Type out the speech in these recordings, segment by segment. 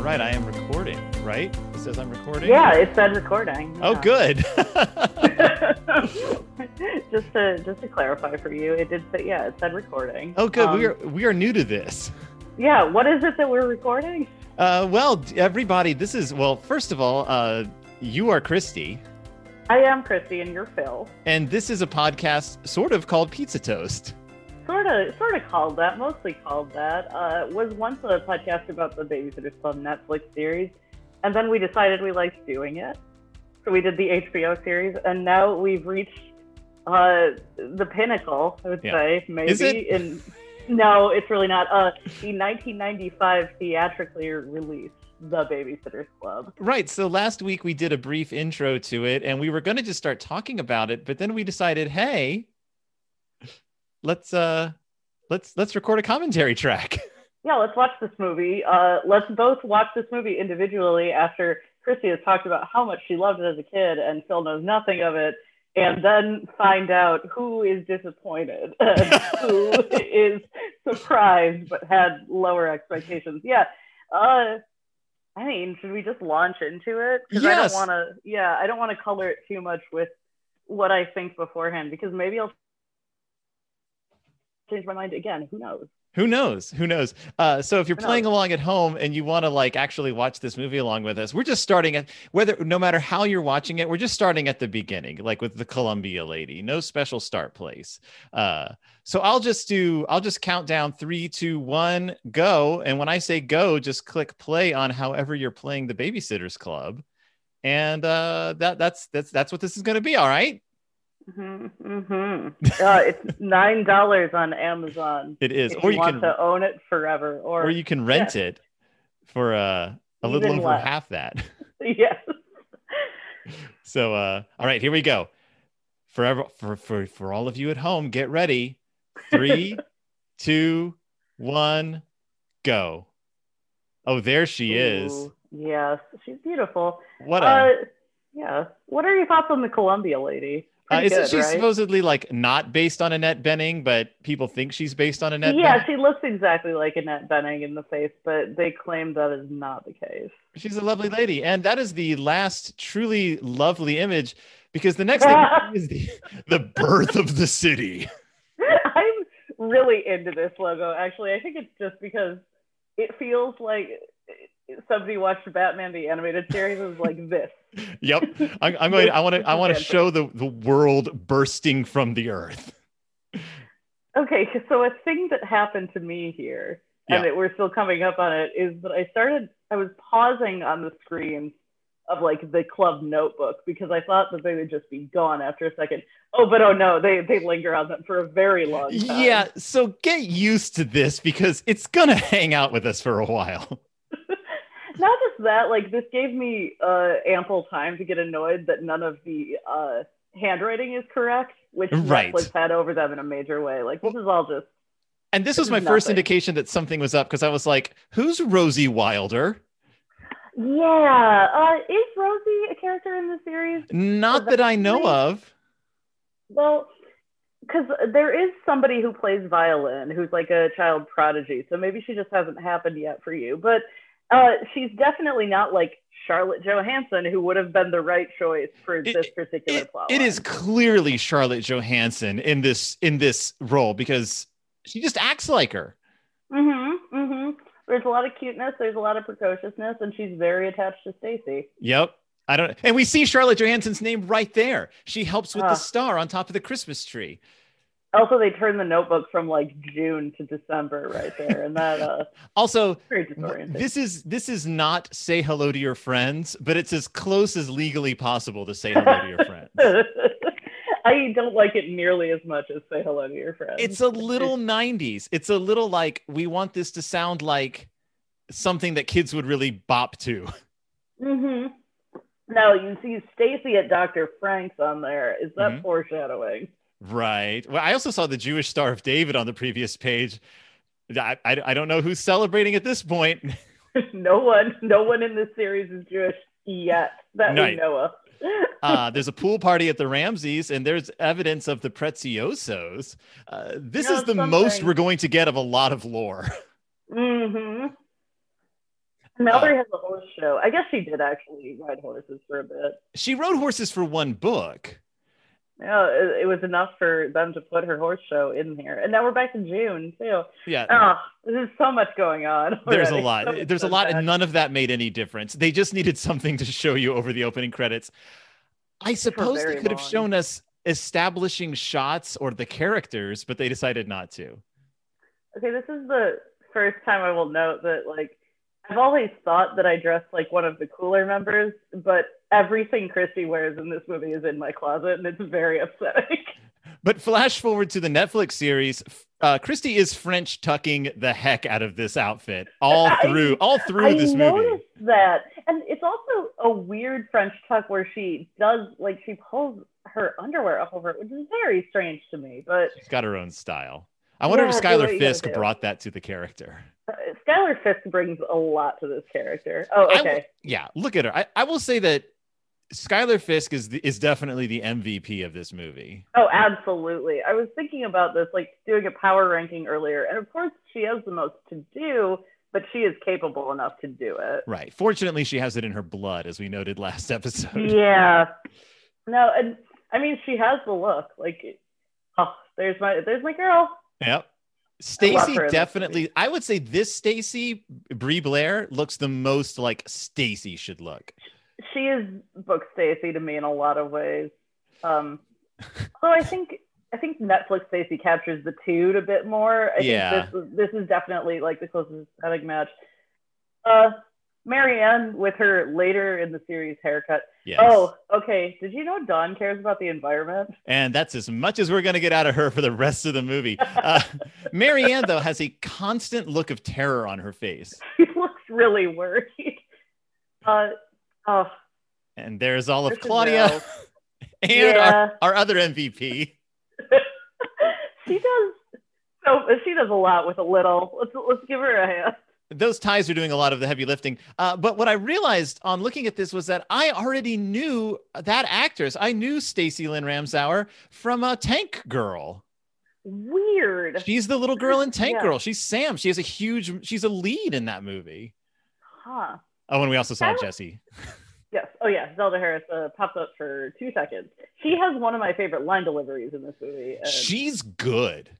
right. I am recording, right? It says I'm recording. Yeah, it said recording. Oh, Yeah. good. just to just to clarify for you, it did say yeah, it said recording. oh, good. we Um, are we are new to this. Yeah, what is it that we're recording? Uh, well, d- everybody, this is well. First of all, uh, you are Christy, I am Christy, and you're Phil. and this is a podcast sort of called Pizza Toast. Sort of, sort of called that. Mostly called that. Uh, was once a podcast about the Babysitters Club Netflix series, and then we decided we liked doing it, so we did the HBO series, and now we've reached uh, the pinnacle. I would Yeah. say maybe Is it? in. No, it's really not. Uh, the 1995 theatrically released The Babysitters Club. Right. So last week we did a brief intro to it, and we were going to just start talking about it, but then we decided, hey, let's uh, let's let's record a commentary track. yeah, let's watch this movie. Uh, let's both watch this movie individually after Chrissy has talked about how much she loved it as a kid and Phil knows nothing of it, and then find out who is disappointed and who is surprised but had lower expectations. Yeah. Uh, I mean, should we just launch into it? 'Cause Yes. I don't want to. Yeah, I don't want to color it too much with what I think beforehand because maybe I'll change my mind again. Who knows? Who knows? Who knows? Uh, so if you're Who playing along at home and you want to like actually watch this movie along with us, we're just starting at whether no matter how you're watching it, we're just starting at the beginning, like with the Columbia lady. No special start place. Uh, so I'll just do I'll just count down three, two, one, go. And when I say go, just click play on however you're playing the Babysitters Club, and uh, that that's that's that's what this is going to be. All right. Mm-hmm. Uh, it's nine dollars on Amazon. It is, if or you, you want can to own it forever, or, or you can rent it for uh, a little Even over less. half that. yes, So, uh, all right, here we go. Forever for for for all of you at home, get ready. Three, two, one, go. Oh, there she is. um, Ooh, Yes, she's beautiful. What uh, a yeah. What are your thoughts on the Columbia lady? uh, Pretty isn't good, she right? supposedly like not based on Annette Benning, but people think she's based on Annette? yeah, Bening? she looks exactly like Annette Benning in the face, but they claim that is not the case. she's a lovely lady, and that is the last truly lovely image because the next thing we see is the, the birth of the city. I'm really into this logo. Actually, I think it's just because it feels like somebody watched Batman the animated series and was like this. Yep, I'm, I'm going. I want to. I want to Yes. show the the world bursting from the earth. Okay, so a thing that happened to me here, and that we're still coming up on it, is that I started, I was pausing on the screen of like the club notebook because I thought that they would just be gone after a second. Oh, but oh no, they, they linger on them for a very long time. Yeah, so get used to this because it's gonna hang out with us for a while. Not just that, like this gave me uh, ample time to get annoyed that none of the uh, handwriting is correct, which Right. Netflix had over them in a major way. Like this is all just, And this was This my is first nothing. indication that something was up because I was like, "Who's Rosie Wilder?" yeah. Uh, is Rosie a character in the series? Not that I know of. Well, because there is somebody who plays violin who's like a child prodigy, so maybe she just hasn't happened yet for you. But uh, she's definitely not like Charlotte Johansson, who would have been the right choice for It- this particular It- plot. it line. is clearly Charlotte Johansson in this in this role because she just acts like her. Mm-hmm. Mm-hmm. There's a lot of cuteness. There's a lot of precociousness, and she's very attached to Stacy. Yep. I don't. And we see Charlotte Johansson's name right there. She helps with the Ah. star on top of the Christmas tree. Also, they turned the notebook from like June to December right there, and that uh, Also, very Wh- disorienting. This is this is not say hello to your friends, but it's as close as legally possible to say hello to your friends. I don't like it nearly as much as say hello to your friends. It's a little 90s. It's a little like we want this to sound like something that kids would really bop to. hmm No, you see Stacy at Dr. Frank's on there. Is that Mhm. foreshadowing? Right. Well, I also saw the Jewish Star of David on the previous page. I, I, I don't know who's celebrating at this point. no one, no one in this series is Jewish yet that Right. we know of. Uh, there's a pool party at the Ramses, and there's evidence of the Preziosos. Uh, this No, is the something. most we're going to get of a lot of lore. hmm Mm-hmm. Mallory has a horse show. I guess she did actually ride horses for a bit. She rode horses for one book. Yeah, it, it was enough for them to put her horse show in here. And now we're back to June too. Yeah. Oh, there's so much going on. There's a already. lot. So much There's a fun lot, fact. and none of that made any difference. They just needed something to show you over the opening credits. I suppose they very could have long. shown us establishing shots or the characters, but they decided not to. Okay, this is the first time I will note that like I've always thought that I dressed like one of the cooler members, but everything Christy wears in this movie is in my closet, and it's very upsetting. But flash forward to the Netflix series. f- Uh, Christy is French tucking the heck out of this outfit all I- through all through I this movie. noticed that, and it's also a weird French tuck where she does like she pulls her underwear up over it, which is very strange to me. But She's got her own style. I wonder Yeah, if do what Skylar you gotta Fisk do. brought that to the character. uh, Skylar Fisk brings a lot to this character. Oh, I okay. yeah, look at her. I, I will say that Skylar Fisk is the, is definitely the MVP of this movie. Oh, absolutely. I was thinking about this, like doing a power ranking earlier, and of course she has the most to do, but she is capable enough to do it. Right. Fortunately, she has it in her blood, as we noted last Mm. episode. Yeah. No, and I mean she has the look. Like, oh, there's my there's my girl. Yep. love Stacy her in this definitely. movie. I would say this Stacy Brie Blair looks the most like Stacy should look. she is book Stacy to me in a lot of ways. Um, although I think I think Netflix Stacy captures the two a bit more. I Yeah. think this, this is definitely like the closest aesthetic match. Uh, Marianne with her later in the series haircut. Yes. Oh, okay. Did you know Don cares about the environment? And that's as much as we're going to get out of her for the rest of the movie. Uh, Marianne, though, has a constant look of terror on her face. She looks really worried. Uh, oh, And there's all of Kristen Claudia Bell. and yeah. our, our other MVP. she does. So she does a lot with a little. Let's let's give her a hand. those ties are doing a lot of the heavy lifting. Uh, but what I realized on looking at this was that I already knew that actress. I knew Stacy Lynn Ramsauer from uh, Tank Girl. Weird. She's the little girl in Tank Yeah. Girl. She's Sam. She has a huge. She's a lead in that movie. Huh. Oh, and we also saw That was- Jesse. Yes. Oh, yeah. Zelda Harris uh, pops up for two seconds. She has one of my favorite line deliveries in this movie. And She's good.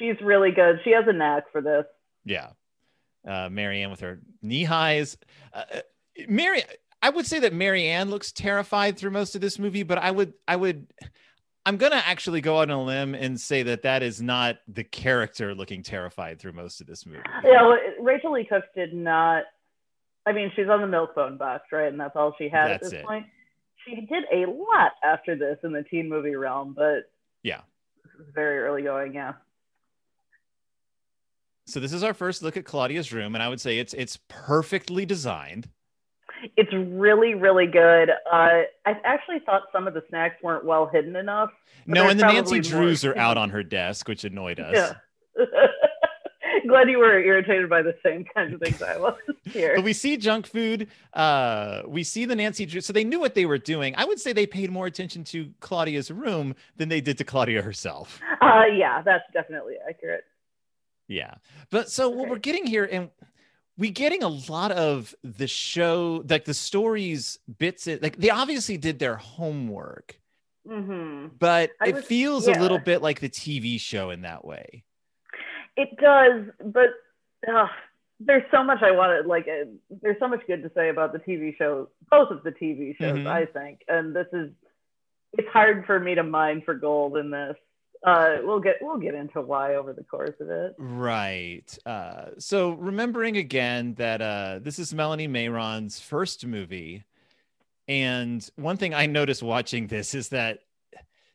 she's really good. She has a knack for this. Yeah. Uh, Marianne with her knee highs. Uh, uh, Mary, I would say that Marianne looks terrified through most of this movie, but I would, I would, I'm gonna actually go on a limb and say that that is not the character looking terrified through most of this movie. Yeah. well, Rachel Lee Cook did not. I mean, she's on the milk phone box, right? And that's all she had at That's this it. point. She did a lot after this in the teen movie realm, but Yeah. this is very early going. Yeah. So this is our first look at Claudia's room, and I would say it's it's perfectly designed. It's really, really good. Uh, I actually thought some of the snacks weren't well hidden enough. But no, there's and the Nancy probably more. Drews are out on her desk, which annoyed us. Glad you were irritated by the same kinds of things I was here. But we see junk food. Uh, we see the Nancy Drew. So they knew what they were doing. I would say they paid more attention to Claudia's room than they did to Claudia herself. Uh, yeah, that's definitely accurate. Yeah. But so what Okay. we're getting here, and we're getting a lot of the show, like the stories, bits. It, like they obviously did their homework, hmm but I it was- feels a yeah. little bit like the TV show in that way. It does, but uh, there's so much I wanted. Like, uh, there's so much good to say about the TV show, both of the TV shows, Mhm. I think. And this is, it's hard for me to mine for gold in this. Uh, we'll get we'll get into why over the course of it. Right. Uh, so remembering again that uh, this is Melanie Mayron's first movie. And one thing I noticed watching this is that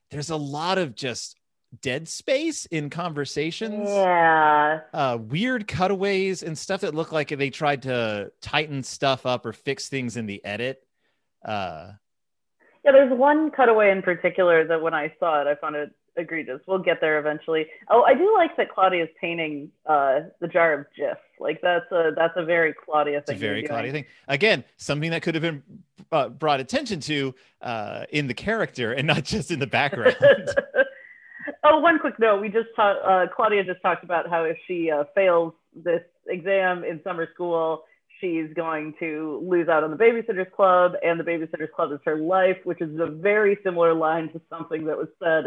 there's a lot of just dead space in conversations, Yeah. uh, weird cutaways, and stuff that looked like they tried to tighten stuff up or fix things in the edit. Uh, Yeah, there's one cutaway in particular that when I saw it, I found it egregious. We'll get there eventually. Oh, I do like that Claudia's painting uh, the jar of GIF. Like that's a that's a very Claudia It's a thing. very to be Claudia doing. thing. Again, something that could have been uh, brought attention to uh, in the character and not just in the background. oh, one quick note. We just talked. Uh, Claudia just talked about how if she uh, fails this exam in summer school, she's going to lose out on the babysitters club and the babysitters club is her life which is a very similar line to something that was said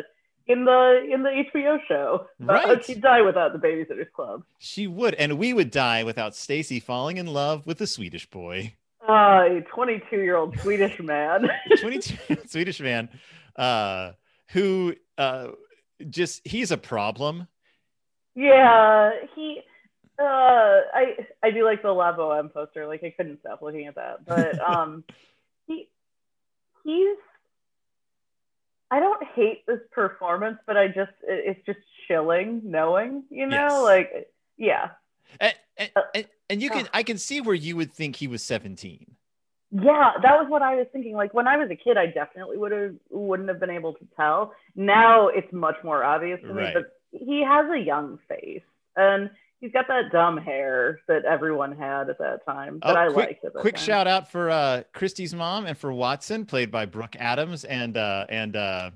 in the in the hbo show about Right. how she'd die without the babysitters club She would, and we would die without Stacy falling in love with the Swedish boy, uh, a 22 year old swedish man 22 Swedish man, uh, who uh, just he's a problem. yeah he uh, I I do like the La Boheme poster. Like I couldn't stop looking at that. But um, he he's I don't hate this performance, but I just it, it's just chilling knowing, you know, Yes. like yeah, And, and, Uh, and, and you can, I can see where you would think he was 17. yeah. That was what I was thinking. Like when I was a kid, I definitely would have wouldn't have been able to tell. Now it's much more obvious to Right. me. But he has a young face, and he's got that dumb hair that everyone had at that time that Oh, I quick- liked. At that Quick time. shout out for uh, Christie's mom and for Watson, played by Brooke Adams, and uh, and uh,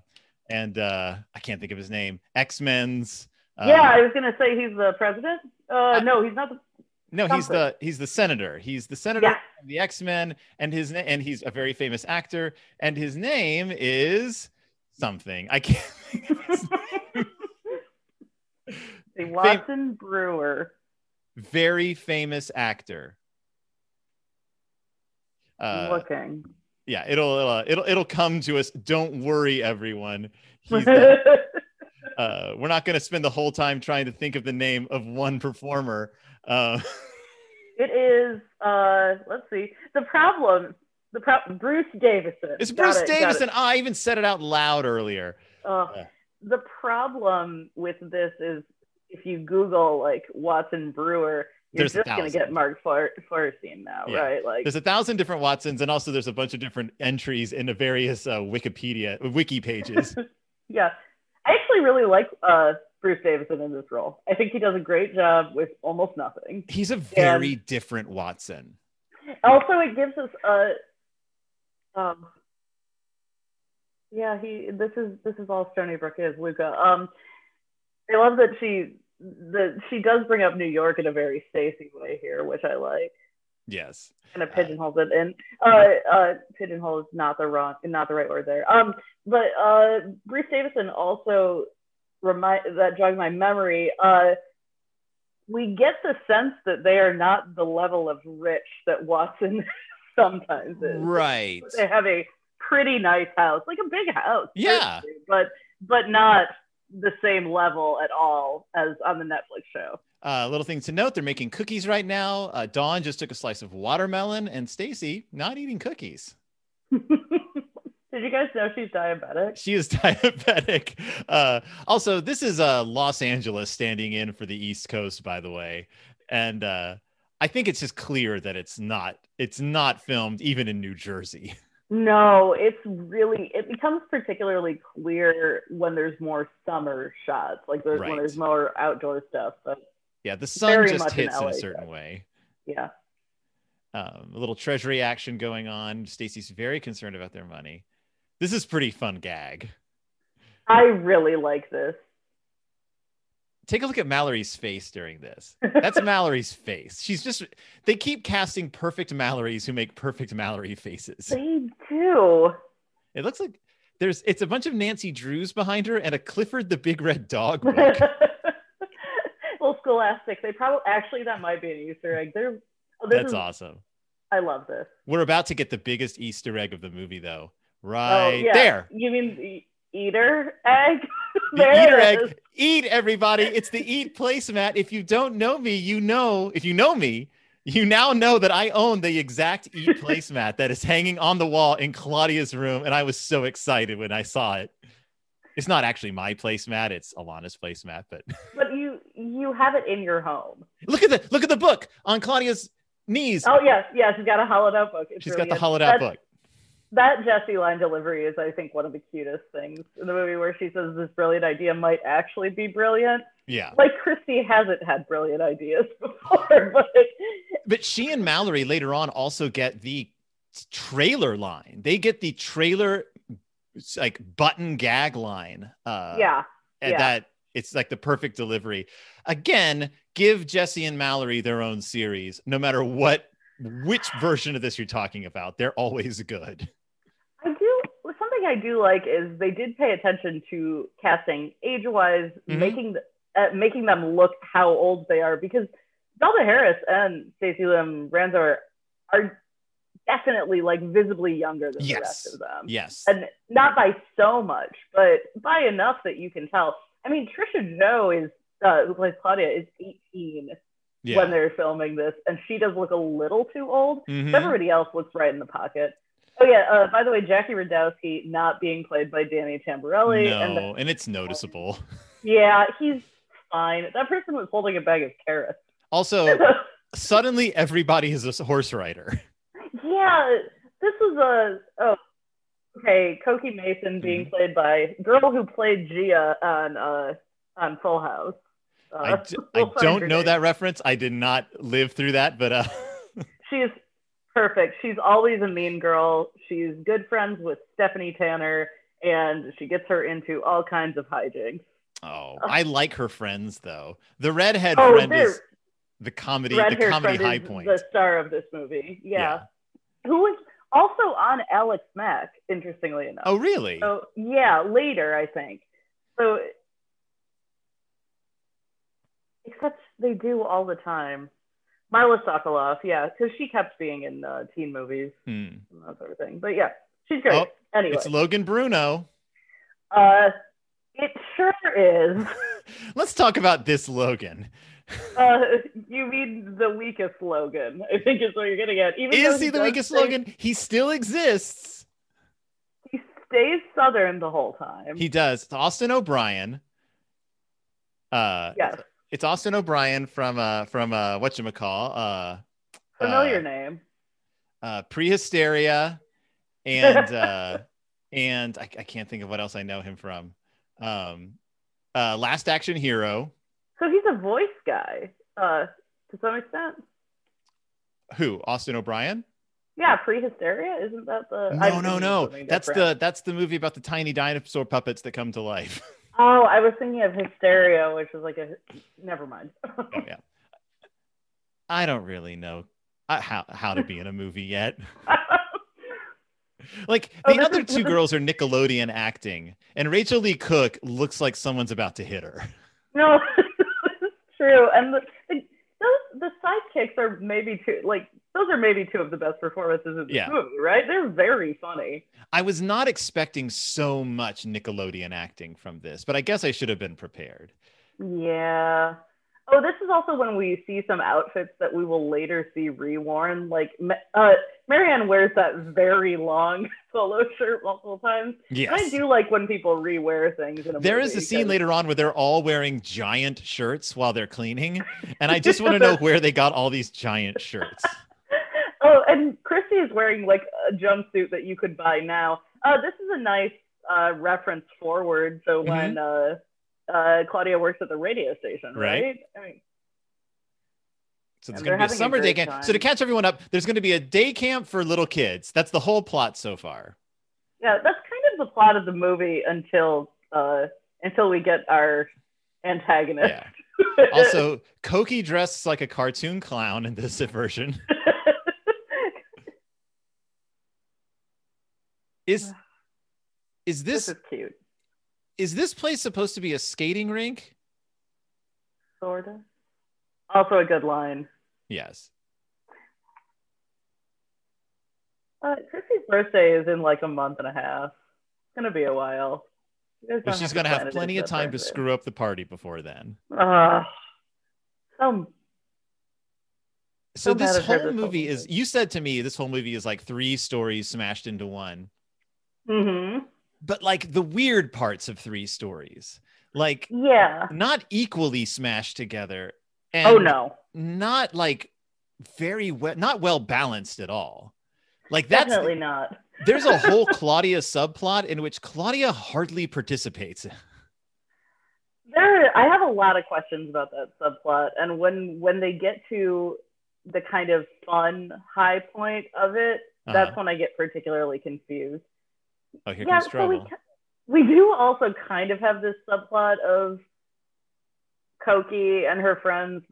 and uh, I can't think of his name. X Men's. Uh, yeah, I was gonna say he's the president. Uh, I- no, he's not the. No, he's Something. the he's the senator. He's the senator Yeah, of the X Men, and his na- and he's a very famous actor, and his name is something. I can't. think of his- the Watson Brewer. very famous actor. Uh, looking. yeah, it'll uh, it'll it'll come to us. Don't worry, everyone. He's the- yeah, uh, we're not going to spend the whole time trying to think of the name of one performer. Uh, it is. Uh, let's see. The problem. The pro- Bruce Davison. it's Got Bruce it, got it. Davison. Ah, I even said it out loud earlier. Uh, Yeah. The problem with this is if you Google like Watson Brewer, you're There's a just gonna thousand. get Mark Flar- Flarstein now, Yeah. right? Like There's a thousand different Watsons, and also there's a bunch of different entries in the various uh, Wikipedia wiki pages. Yeah. I actually really like uh, Bruce Davison in this role. I think he does a great job with almost nothing. He's a very different Watson. Also, it gives us a. Um, yeah, he. This is this is all Stony Brook is Luca. Um, I love that she that she does bring up New York in a very Stacy way here, which I like. Yes. kind of pigeonholes it in. Uh, uh, pigeonhole is not the wrong, not the right word there. Um, but uh, Bruce Davison also remind that jogged my memory. Uh, we get the sense that they are not the level of rich that Watson sometimes is. Right. They have a pretty nice house, like a big house. Yeah. certainly, but but not the same level at all as on the Netflix show. Uh, little thing to note: they're making cookies right now. Uh, Dawn just took a slice of watermelon, and Stacy not eating cookies. Did you guys know she's diabetic? She is diabetic. Uh, also, this is uh, Los Angeles standing in for the East Coast, by the way, and uh, I think it's just clear that it's not it's not filmed even in New Jersey. No, it's really it becomes particularly clear when there's more summer shots, like there's Right. when there's more outdoor stuff. But Yeah, the sun Very just much an hits in a LA certain show. way. yeah, Um, a little treasury action going on. Stacy's very concerned about their money. This is pretty fun gag. I really like this. Take a look at Mallory's face during this. That's Mallory's face. She's just they keep casting perfect Mallory's who make perfect Mallory faces. They do. It looks like there's it's a bunch of Nancy Drews behind her and a Clifford the Big Red Dog book. well, Scholastic. They probably actually that might be an Easter egg. They're oh, this That's is, awesome. I love this. We're about to get the biggest Easter egg of the movie though. Right Oh, yeah. there. You mean the eater egg? The There eater it egg. is. Eat everybody. It's the eat placemat. If you don't know me, you know, if you know me, you now know that I own the exact eat placemat that is hanging on the wall in Claudia's room. And I was so excited when I saw it. It's not actually my placemat, it's Alana's placemat, but But you you have it in your home. look at the look at the book on Claudia's knees. Oh yes, yes. She's got a hollowed out book. It's She's really got the good. hollowed out That's- book. that Jesse line delivery is, I think, one of the cutest things in the movie, where she says this brilliant idea might actually be brilliant. Yeah. Like Christy hasn't had brilliant ideas before, but But she and Mallory later on also get the trailer line. They get the trailer it's like button gag line. Uh yeah, and yeah. that it's like the perfect delivery. Again, give Jesse and Mallory their own series, no matter what which version of this you're talking about. They're always good. I do something I do like is they did pay attention to casting age wise, Mhm. making th- uh, making them look how old they are because Zelda Harris and Stacey Lim Ranzo are, are definitely like visibly younger than the Yes. rest of them. Yes. And not by so much, but by enough that you can tell. I mean, Trisha Joe is uh, who plays Claudia is 18 when they're filming this, and she does look a little too old. Mhm. Everybody else looks right in the pocket. Oh yeah. Uh, by the way, Jackie Radowski not being played by Danny Tamborelli, no, and and, it's noticeable. yeah, he's fine. That person was holding a bag of carrots. Also, suddenly everybody is a s- horse rider. yeah, this was a oh, okay. Cokie Mm-hmm. Mason being played by girl who played Gia on uh on Full House. Uh, I, d- I we'll find her don't know name. that reference. I did not live through that, but uh, She's perfect. She's always a mean girl. She's good friends with Stephanie Tanner, and she gets her into all kinds of hijinks. oh, I like her friends though. The redhead Oh, friend they're- is the comedy, Red the hair comedy friend high is point. The star of this movie. Yeah. Who was also on Alex Mack, interestingly enough. Oh, really? So yeah, later I think. So except they do all the time. Mila Sokoloff, yeah, because she kept being in uh, teen movies Hmm. and that sort of thing. But yeah, she's great. Oh, anyway, It's Logan Bruno. uh, it sure is. Let's talk about this Logan. Uh, you mean the weakest Logan? I think is what you're gonna get. Even though Is he the does weakest stay- Logan? He still exists. He stays Southern the whole time. He does. It's Austin O'Brien. Uh, yes, it's Austin O'Brien from uh from uh whatchamacall, uh familiar uh, name. uh prehysteria and uh and I, I can't think of what else I know him from. Um uh Last Action Hero. So he's a voice guy uh, to some extent. Who? Austin O'Brien? Yeah, pre-hysteria isn't that the? I'm No, no, thinking no. of something That's different. the that's the movie about the tiny dinosaur puppets that come to life. Oh, I was thinking of hysteria, which is like a. Never mind. Oh, yeah. I don't really know uh, how how to be in a movie yet. Like Oh, the this other is- two girls are Nickelodeon acting, and Rachel Lee Cook looks like someone's about to hit her. no, it's true. And the, the, those the sidekicks are maybe two like those are maybe two of the best performances in the Yeah. movie, right? They're very funny. I was not expecting so much Nickelodeon acting from this, but I guess I should have been prepared. Yeah. Oh, this is also when we see some outfits that we will later see reworn. Like, Ma- uh, Marianne wears that very long polo shirt multiple times. And I Yes. do like when people rewear things. In a There movie is a scene because- later on where they're all wearing giant shirts while they're cleaning, and I just want to know where they got all these giant shirts. Oh, and Christy is wearing like a jumpsuit that you could buy now. Uh, this is a nice uh, reference forward. So Mm-hmm. when uh, uh, Claudia works at the radio station, Right. right? I mean, So there's And going they're to be a having a summer day great camp. So to time. catch everyone up, there's going to be a day camp for little kids. That's the whole plot so far. yeah, that's kind of the plot of the movie until uh, until we get our antagonist. Yeah. Also, Koki dresses like a cartoon clown in this version. Is is this, this is cute, is this place supposed to be a skating rink? sorta. Also a good line. Yes. Uh, Chrissy's birthday is in like a month and a half. It's gonna be a while. You guys But don't she's to going to plan have it plenty of into that time to birthday. screw up the party before then. Ah, so So So mad this at her whole this whole movie is movie. you said to me this whole movie is like three stories smashed into one. hmm But like the weird parts of three stories. Like Yeah. not equally smashed together. And Oh no. not like very well not well balanced at all like that's Definitely not. there's a whole claudia subplot in which claudia hardly participates Uh, There, I have a lot of questions about that subplot, and when when they get to the kind of fun high point of it, that's Uh-huh. when I get particularly confused. oh here yeah, comes so we trouble ki- we do also kind of have this subplot of Koki and her friends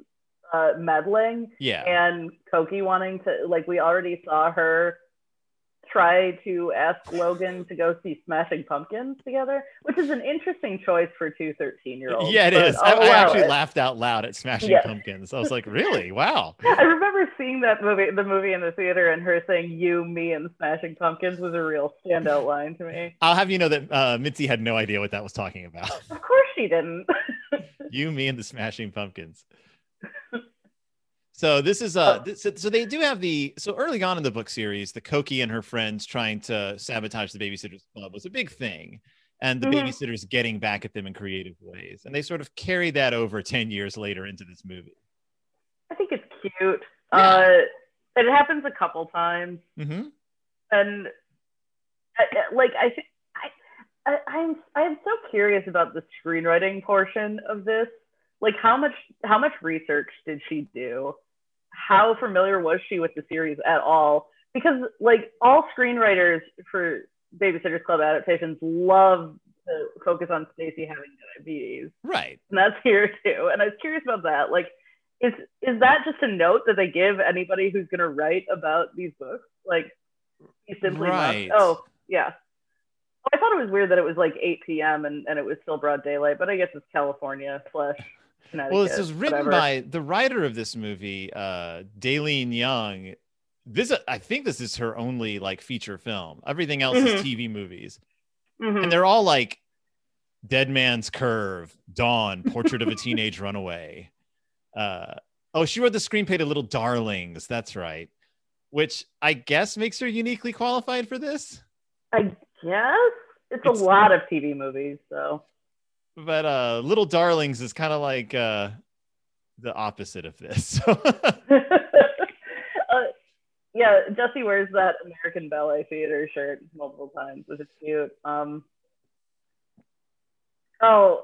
uh, meddling yeah, and Koki wanting to like we already saw her try to ask Logan to go see Smashing Pumpkins together, which is an interesting choice for two oh, 13 year olds. yeah, it is. I, I'll I allow actually it. laughed out loud at Smashing Yeah. Pumpkins. I was like, really? Wow. I remember seeing that movie, the movie in the theater, and her saying "you, me, and Smashing Pumpkins" was a real standout line to me. I'll have you know that uh, Mitzi had no idea what that was talking about. Of course, she didn't. you, me, and the Smashing Pumpkins. So this is uh Oh. th- so, so they do have the so early on in the book series, the Koki and her friends trying to sabotage the babysitters club was a big thing. And the Mhm. babysitters getting back at them in creative ways. And they sort of carry that over 10 years later into this movie. I think it's cute. Yeah. Uh, it happens a couple times, hmm and I, I- like I think I, I, I'm I'm so curious about the screenwriting portion of this. Like, how much how much research did she do? How familiar was she with the series at all? Because like all screenwriters for Babysitters Club adaptations love to focus on Stacy having diabetes Right. and that's here too. And I was curious about that. Like, is is that just a note that they give anybody who's going to write about these books? Like, you simply must- Right. Oh, yeah. I thought it was weird that it was like 8 p.m. and, and it was still broad daylight, but I guess it's California slash Connecticut. Well, this is written whatever. by the writer of this movie, uh, Daleen Young. This I think this is her only like feature film. Everything else is Mhm. TV movies, Mhm. and they're all like Dead Man's Curve, Dawn, Portrait of a Teenage Runaway. Uh, oh, she wrote the screenplay to Little Darlings. That's right, which I guess makes her uniquely qualified for this. I guess it's, It's- a lot of TV movies, so But uh, Little Darlings is kind of like uh, the opposite of this. So. uh, yeah, Jesse wears that American Ballet Theater shirt multiple times, which is cute. Um, oh,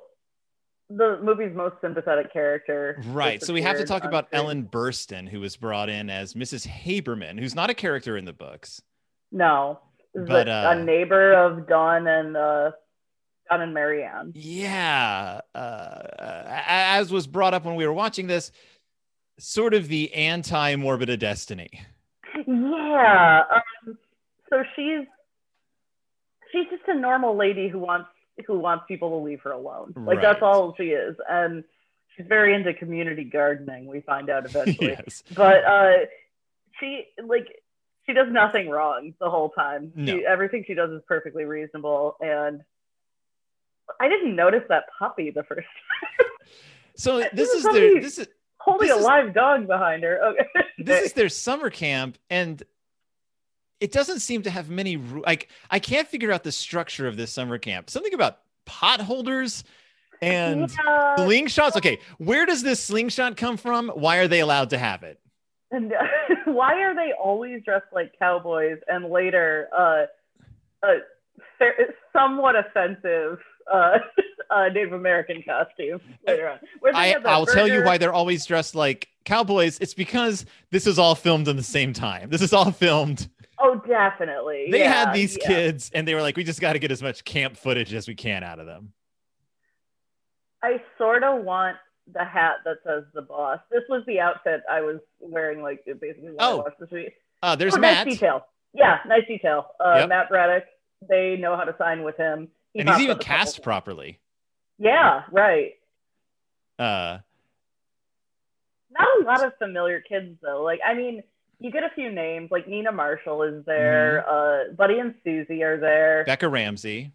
the movie's most sympathetic character. Right. So we have to disappeared talk on about screen. Ellen Burstyn, who was brought in as Mrs. Haberman, who's not a character in the books. No, But, but, uh, a neighbor of Don and uh, Don and Marianne. Yeah. Uh, uh, as was brought up when we were watching this, sort of the anti Morbid of Destiny. Yeah. Um, so she's she's just a normal lady who wants who wants people to leave her alone. Like that's Right. all she is, and she's very into community gardening. We find out eventually, yes. but uh, she like she does nothing wrong the whole time. No. She, everything she does is perfectly reasonable, and I didn't notice that puppy the first So this is is their somebody- this is holding This a is- live dog behind her. Okay. this is their summer camp and it doesn't seem to have many ru- like I can't figure out the structure of this summer camp. Something about pot holders and Yeah. slingshots okay where does this slingshot come from why are they allowed to have it And why are they always dressed like cowboys? And later, uh, a fair- somewhat offensive uh, uh, Native American costume later on. Where they I, had that i'll tell you burger- why they're always dressed like cowboys it's because this is all filmed in the same time this is all filmed Oh, definitely. they Yeah, had these yeah. kids and they were like we just got to get as much camp footage as we can out of them I sort of want the hat that says the boss. This was the outfit I was wearing, like basically. When Oh. I watched this week. uh, there's oh, matt Nice detail. Yeah, nice detail. Uh, Yep. Matt Braddock. They know how to sign with him. He and he's pops even up a couple cast times. properly Yeah, right. uh, not a lot of familiar kids though. Like I mean, you get a few names like Nina Marshall is there, Mm-hmm. uh, Buddy and Susie are there, becca ramsey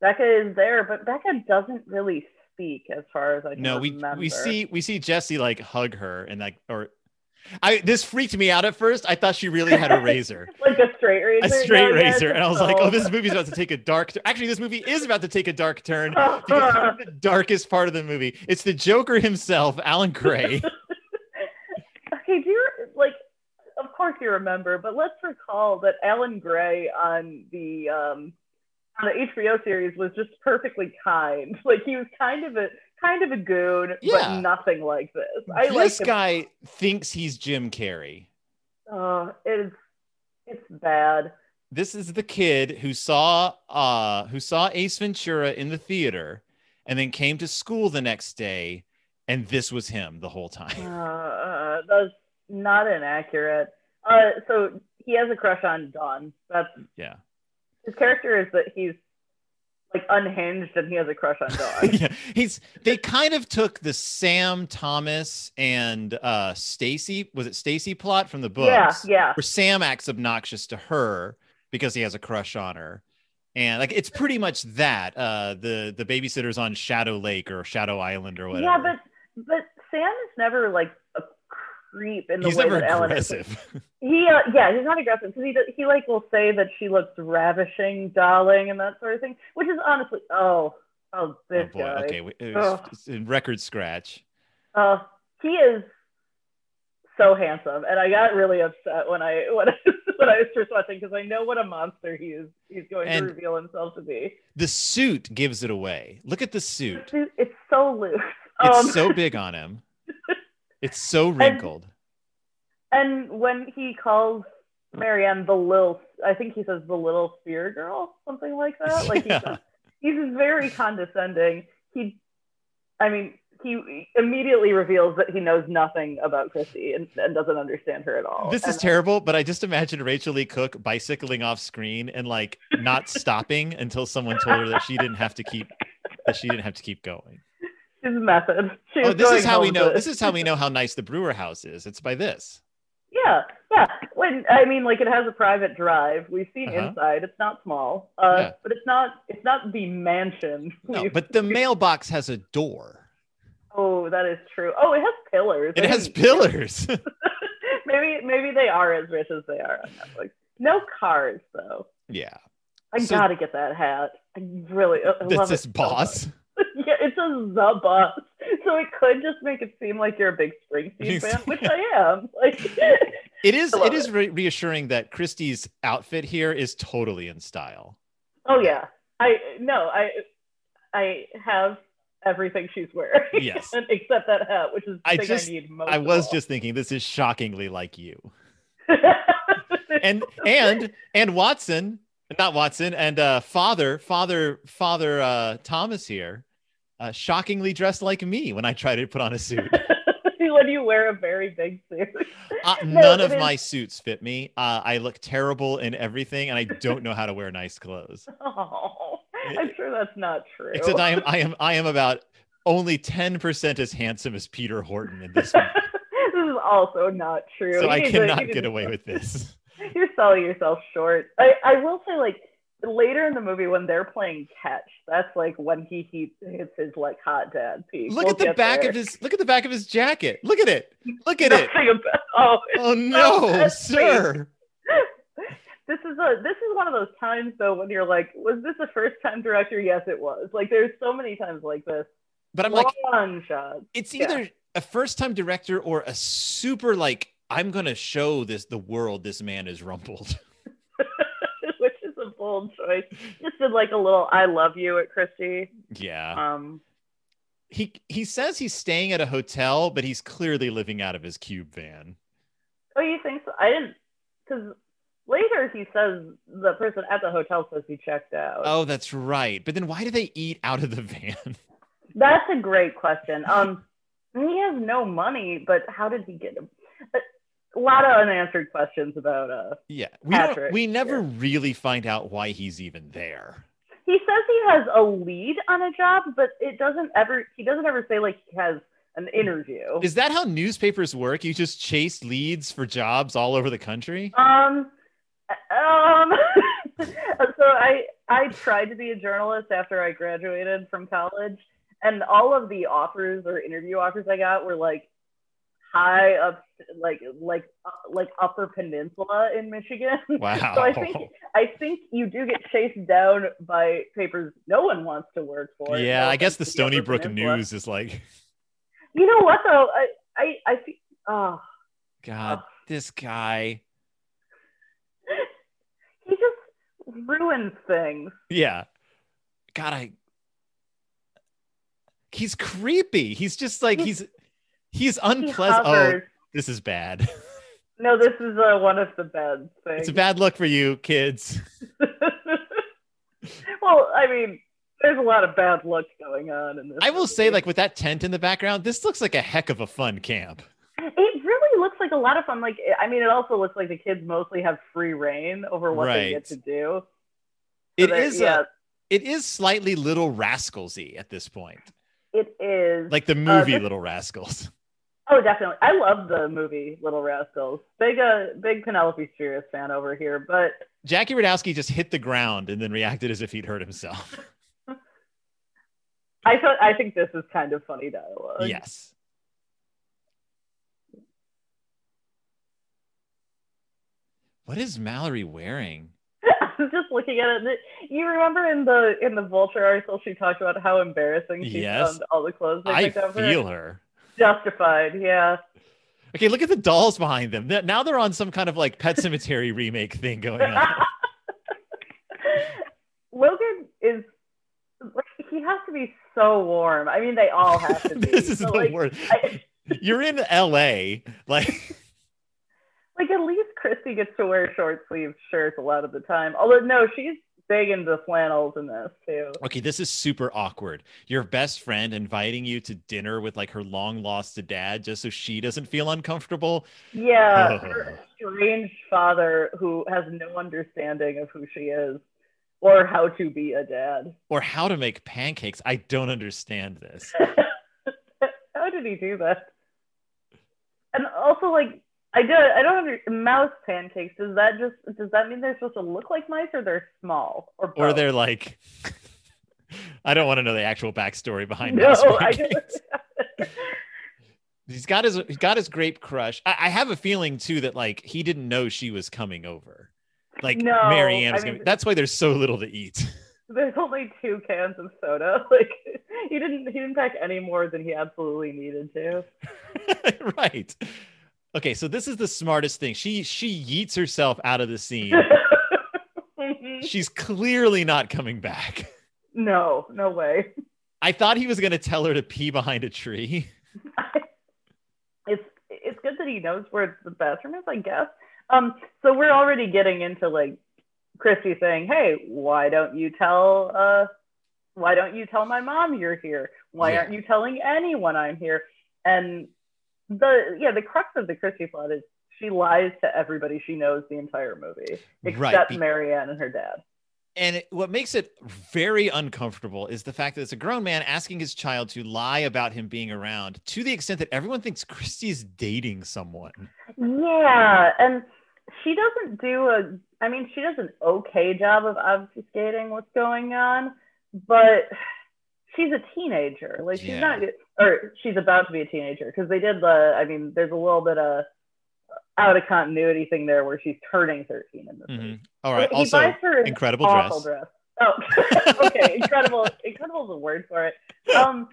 Becca is there, but Becca doesn't really speak as far as I can no we remember. we see we see jesse like hug her and like or i this freaked me out at first i thought she really had a razor like a straight razor. a straight No, yeah, razor. it's And I was like, all- oh, this movie's about to take a dark turn. Actually, this movie is about to take a dark turn. Because Uh-huh. it's the darkest part of the movie. It's the Joker himself, Alan Gray. okay, do you like? Of course you remember, but let's recall that Alan Gray on the um, on the HBO series was just perfectly kind. Like he was kind of a kind of a goon, Yeah. but nothing like this. I like this guy thinks he's Jim Carrey. Oh, it's it's bad. This is the kid who saw uh who saw Ace Ventura in the theater and then came to school the next day and this was him the whole time. Uh, uh, that's not inaccurate. Uh, so he has a crush on Dawn. That's Yeah. his character is that he's like unhinged and he has a crush on Dawn. yeah, he's they kind of took the Sam Thomas and uh Stacy was it Stacy plot from the books yeah, yeah. where Sam acts obnoxious to her because he has a crush on her. And like it's pretty much that uh the the babysitter's on Shadow Lake or Shadow Island or whatever. Yeah, but but Sam is never like a creep in the he's way never that Ellen is. aggressive. He uh, yeah, he's not aggressive because he do- he like will say that she looks ravishing, darling, and that sort of thing, which is honestly oh oh oh this boy, guy. okay. we- it Ugh. was- it's in record scratch. Uh, he is so handsome, and I got really upset when I when I, when I was first watching because I know what a monster he is. He's going And- to reveal himself to be. The suit gives it away. Look at the suit. It's, it's so loose. It's Um, so big on him. It's so wrinkled. and when he calls Marianne the little, I think he says the little spear girl, something like that. Like Yeah. he says, he's very condescending. He, I mean, he immediately reveals that he knows nothing about Chrissy and, and doesn't understand her at all. This is oh, And- terrible, but I just imagine Rachel Lee Cook bicycling off screen and like not stopping until someone told her that she didn't have to keep that she didn't have to keep going. his method. She Oh, was this going is how we home know. to- This is how we know how nice the Brewer House is. It's by this. Yeah, yeah. When I mean, like, it has a private drive. We've seen Uh-huh. inside. It's not small, uh, Yeah. but it's not. It's not the mansion. No, we've- but the mailbox has a door. oh, that is true. Oh, it has pillars. It has Maybe- pillars. maybe, maybe they are as rich as they are on Netflix. No cars, though. yeah, I So- gotta get that hat. I really I I love that's it his so much. boss. yeah, it says the boss. So it could just make it seem like you're a big Springsteen fan, which I am. Like, It is. I love It is re- reassuring that Christie's outfit here is totally in style. Oh yeah. I no, I I have everything she's wearing. Yes. Except that hat, which is the I thing just- I need most. I of was all. just thinking this is shockingly like you. and and and Watson, not Watson, and uh, father, father, father uh, Thomas here, uh, shockingly dressed like me when I try to put on a suit. when you wear a very big suit. Uh, No, none it of is- my suits fit me. Uh, I look terrible in everything, and I don't know how to wear nice clothes. Oh, I'm sure that's not true. Except I am, I am, I am about only ten percent as handsome as Peter Horton in this. movie. this is also not true. So You I need to- you cannot need get to- away with this. You're selling yourself short. I, I will say like later in the movie when they're playing catch, that's like when he, he hits his like hot dad peak. Look We'll at the get back there. of his. Look at the back of his jacket. Look at it. Look at it. Nothing about- oh, Oh no, that's sir. this is a this is one of those times though when you're like, was this a first time director? Yes, it was. Like there's so many times like this. But I'm like, Long shots. it's Yeah. either a first time director or a super like I'm gonna show this the world this man is rumpled. which is a bold choice. Just did like a little "I love you" at Christie. yeah. Um, He he says he's staying at a hotel, but he's clearly living out of his cube van. oh, you think so? I didn't, because later he says the person at the hotel says he checked out. Oh, that's right. But then why do they eat out of the van? That's a great question. Um, he has no money, but how did he get him? A lot of unanswered questions about uh yeah. We don't, Patrick, we never yeah. really find out why he's even there. he says he has a lead on a job, but it doesn't ever he doesn't ever say like he has an interview. Is that how newspapers work? You just chase leads for jobs all over the country? um um so I I tried to be a journalist after I graduated from college and all of the offers or interview offers I got were like high up like like like upper peninsula in Michigan. Wow. So I think I think you do get chased down by papers no one wants to work for. yeah, No I guess the offense to Upper Stony Brook Peninsula. News is like You know what though? I I I think oh, God, this guy. he just ruins things. Yeah. God, I. He's creepy. He's just like he's he's He unpleasant. Oh, hovers. this is bad. No, this is uh, one of the bad things. It's a bad look for you, kids. well, I mean, there's a lot of bad luck going on in this. I will say, movie. like with that tent in the background, this looks like a heck of a fun camp. it really looks like a lot of fun. Like, I mean, it also looks like the kids mostly have free reign over what they Right. get to do. So It that- is yeah, a, it is slightly Little Rascalsy at this point, it is. like the movie Uh, this- Little Rascals. oh, definitely. I love the movie Little Rascals. Big, uh, big Penelope Spheris fan over here, but Jackie Radowski just hit the ground and then reacted as if he'd hurt himself. I thought I think this is kind of funny dialogue. yes. What is Mallory wearing? I was just looking at it. and it- You remember in the in the Vulture article, she talked about how embarrassing she Yes. found all the clothes they I picked up for her. feel her. Justified, yeah. Okay, look at the dolls behind them. Th- Now they're on some kind of like Pet Cemetery remake thing going on. Logan is like he has to be so warm. I mean, they all have to be. this is So, the like, worst. I- You're in LA. Like, like at least Christy gets to wear short sleeved shirts a lot of the time. Although no, she's big into flannels in this too. okay, this is super awkward. Your best friend inviting you to dinner with like her long lost dad just so she doesn't feel uncomfortable. Yeah, Ugh. her strange father who has no understanding of who she is or how to be a dad. Or how to make pancakes. I don't understand this. How did he do that? And also, like, I do I don't understand mouse pancakes. Does that just does that mean they're supposed to look like mice or they're small or both? Or they're like, I don't want to know the actual backstory behind no, this. I don't. he's got his he's got his grape crush. I, I have a feeling too that like he didn't know she was coming over. Like No, Marianne I is gonna mean- that's why there's so little to eat. There's only two cans of soda. Like he didn't he didn't pack any more than he absolutely needed to. right. Okay, so this is the smartest thing. She she yeets herself out of the scene. She's clearly not coming back. no, no way. I thought he was gonna tell her to pee behind a tree. it's it's good that he knows where the bathroom is, I guess. Um, so we're already getting into like Christy saying, "Hey, why don't you tell uh, why don't you tell my mom you're here? Why Yeah. aren't you telling anyone I'm here?" And the yeah, the crux of the Christy plot is she lies to everybody she knows the entire movie, Right, except be- Marianne and her dad. And it, what makes it very uncomfortable is the fact that it's a grown man asking his child to lie about him being around to the extent that everyone thinks Christy is dating someone. Yeah, and she doesn't do a. I mean, she does an okay job of obfuscating what's going on, but she's a teenager. Like she's Yeah. not, or she's about to be a teenager because they did the. I mean, there's a little bit of out of continuity thing there where she's turning 13 in this. movie. Mhm. All right. He also, buys her an incredible awful dress. dress. Oh, okay, incredible. incredible is a word for it. Um,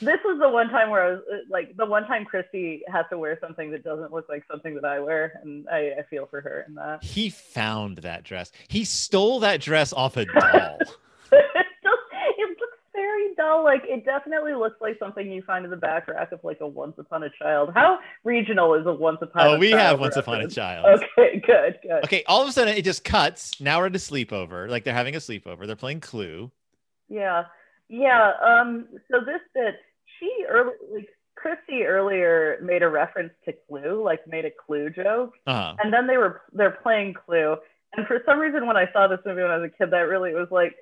this was the one time where I was uh, like, the one time Christy has to wear something that doesn't look like something that I wear, and I, I feel for her in that. He found that dress. He stole that dress off a doll. it, does, it looks very dull. Like it definitely looks like something you find in the back rack of like a Once Upon a Child. How regional is a Once Upon? oh, a we Child have once upon a reference? child. Okay, good, good. Okay, all of a sudden it just cuts. Now we're at a sleepover. Like they're having a sleepover. They're playing Clue. Yeah, yeah. Um, so this bit, she early, like Chrissy earlier made a reference to Clue, like made a Clue joke, Uh-huh. and then they were they're playing Clue, and for some reason when I saw this movie when I was a kid, that really was like,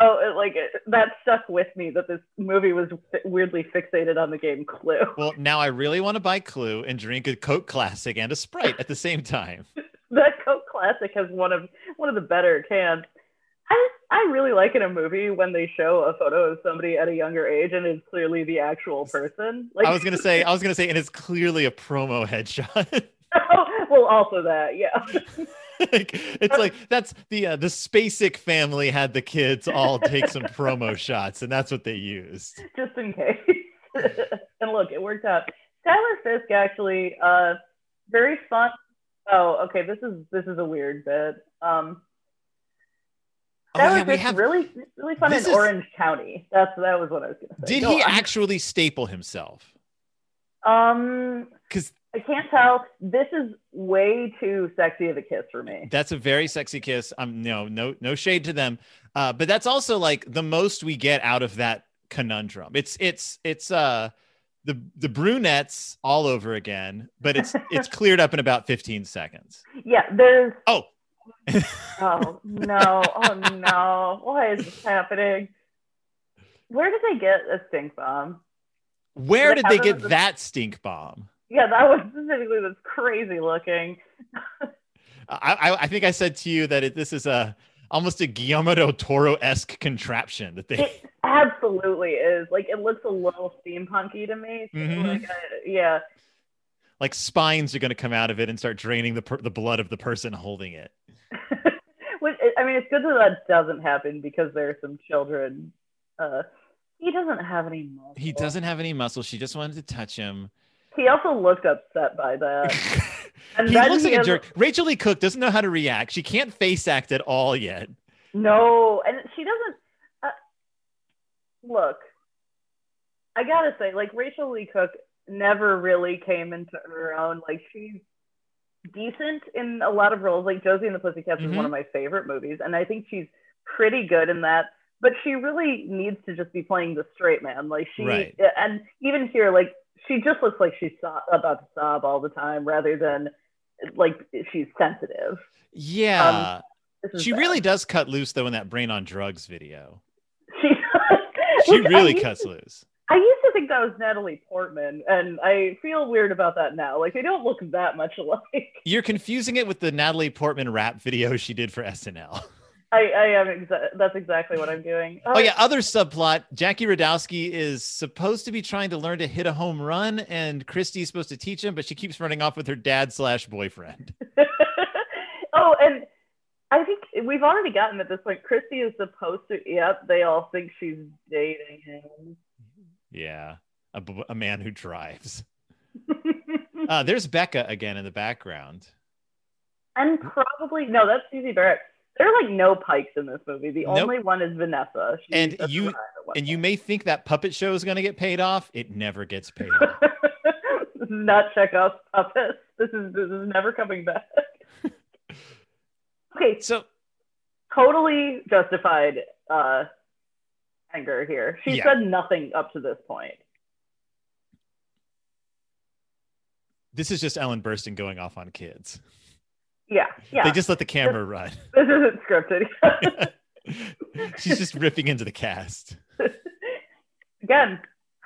oh, it, like it, that stuck with me that this movie was fi- weirdly fixated on the game Clue. Well, now I really want to buy Clue and drink a Coke Classic and a Sprite at the same time. that Coke Classic has one of one of the better cans. I I really like in a movie when they show a photo of somebody at a younger age and it's clearly the actual person. Like I was gonna say, I was gonna say, and it's clearly a promo headshot. well, also that, yeah. like, it's like that's the uh, the Spacek family had the kids all take some promo shots, and that's what they used. Just in case. and look, it worked out. Tyler Fisk actually, uh, very fun. Oh, okay. This is this is a weird bit. Um, Oh, Tyler Fisk really really fun in this is- Orange County. That's that was what I was gonna say. Did Go he on. actually staple himself? Um, 'Cause- I can't tell. This is way too sexy of a kiss for me. That's a very sexy kiss. Um, no, no, no shade to them. Uh, but that's also like the most we get out of that conundrum. It's it's it's uh the the brunettes all over again, but it's it's cleared up in about 15 seconds. Yeah, there's. Oh. oh no! Oh no! Why is this happening? Where did they get a stink bomb? Where They did they have get them- that stink bomb? Yeah, that was specifically that's crazy looking. I, I I think I said to you that it, this is a almost a Guillermo del Toro esque contraption that they. It absolutely is. Like it looks a little steampunky to me. So, Mhm. like, I- yeah, like spines are going to come out of it and start draining the per- the blood of the person holding it. Which, I mean, it's good that that doesn't happen because there are some children. Uh, he doesn't have any muscle. He doesn't have any muscle. She just wanted to touch him. He also looked upset by that. And he then looks like he a has- jerk. Rachel Lee Cook doesn't know how to react. She can't face act at all yet. No, and she doesn't. Uh, look, I gotta say, like Rachel Lee Cook never really came into her own. Like she's decent in a lot of roles. Like Josie and the Pussycats is Mm-hmm. one of my favorite movies, and I think she's pretty good in that. But she really needs to just be playing the straight man. Like she, Right. and even here, like she just looks like she's so- about to sob all the time, rather than like she's sensitive. Yeah, This is she bad. really does cut loose though in that brain on drugs video. She, She Which I really used cuts loose. I used to think that was Natalie Portman, and I feel weird about that now. Like they don't look that much alike. You're confusing it with the Natalie Portman rap video she did for Oh. SNL. I, I am exa- that's exactly what I'm doing. Oh yeah, other subplot. Jackie Radowski is supposed to be trying to learn to hit a home run, and Christy's supposed to teach him, but she keeps running off with her dad slash boyfriend. oh, and I think we've already gotten at this point. Christy is supposed to. Yep, they all think she's dating him. Yeah, a, b- a man who drives. Uh, there's Becca again in the background. and probably no, that's Susie Barrett. There are like no pikes in this movie. The Nope. only one is Vanessa. She And doesn't you- ride at one And you point. may think that puppet show is going to get paid off. It never gets paid off. This is not Chekhov's puppets. This is this is never coming back. okay, So totally justified uh, anger here. She Yeah. said nothing up to this point. this is just Ellen Burstyn going off on kids. Yeah, yeah. They just let the camera run. this isn't scripted. She's just ripping into the cast. Again,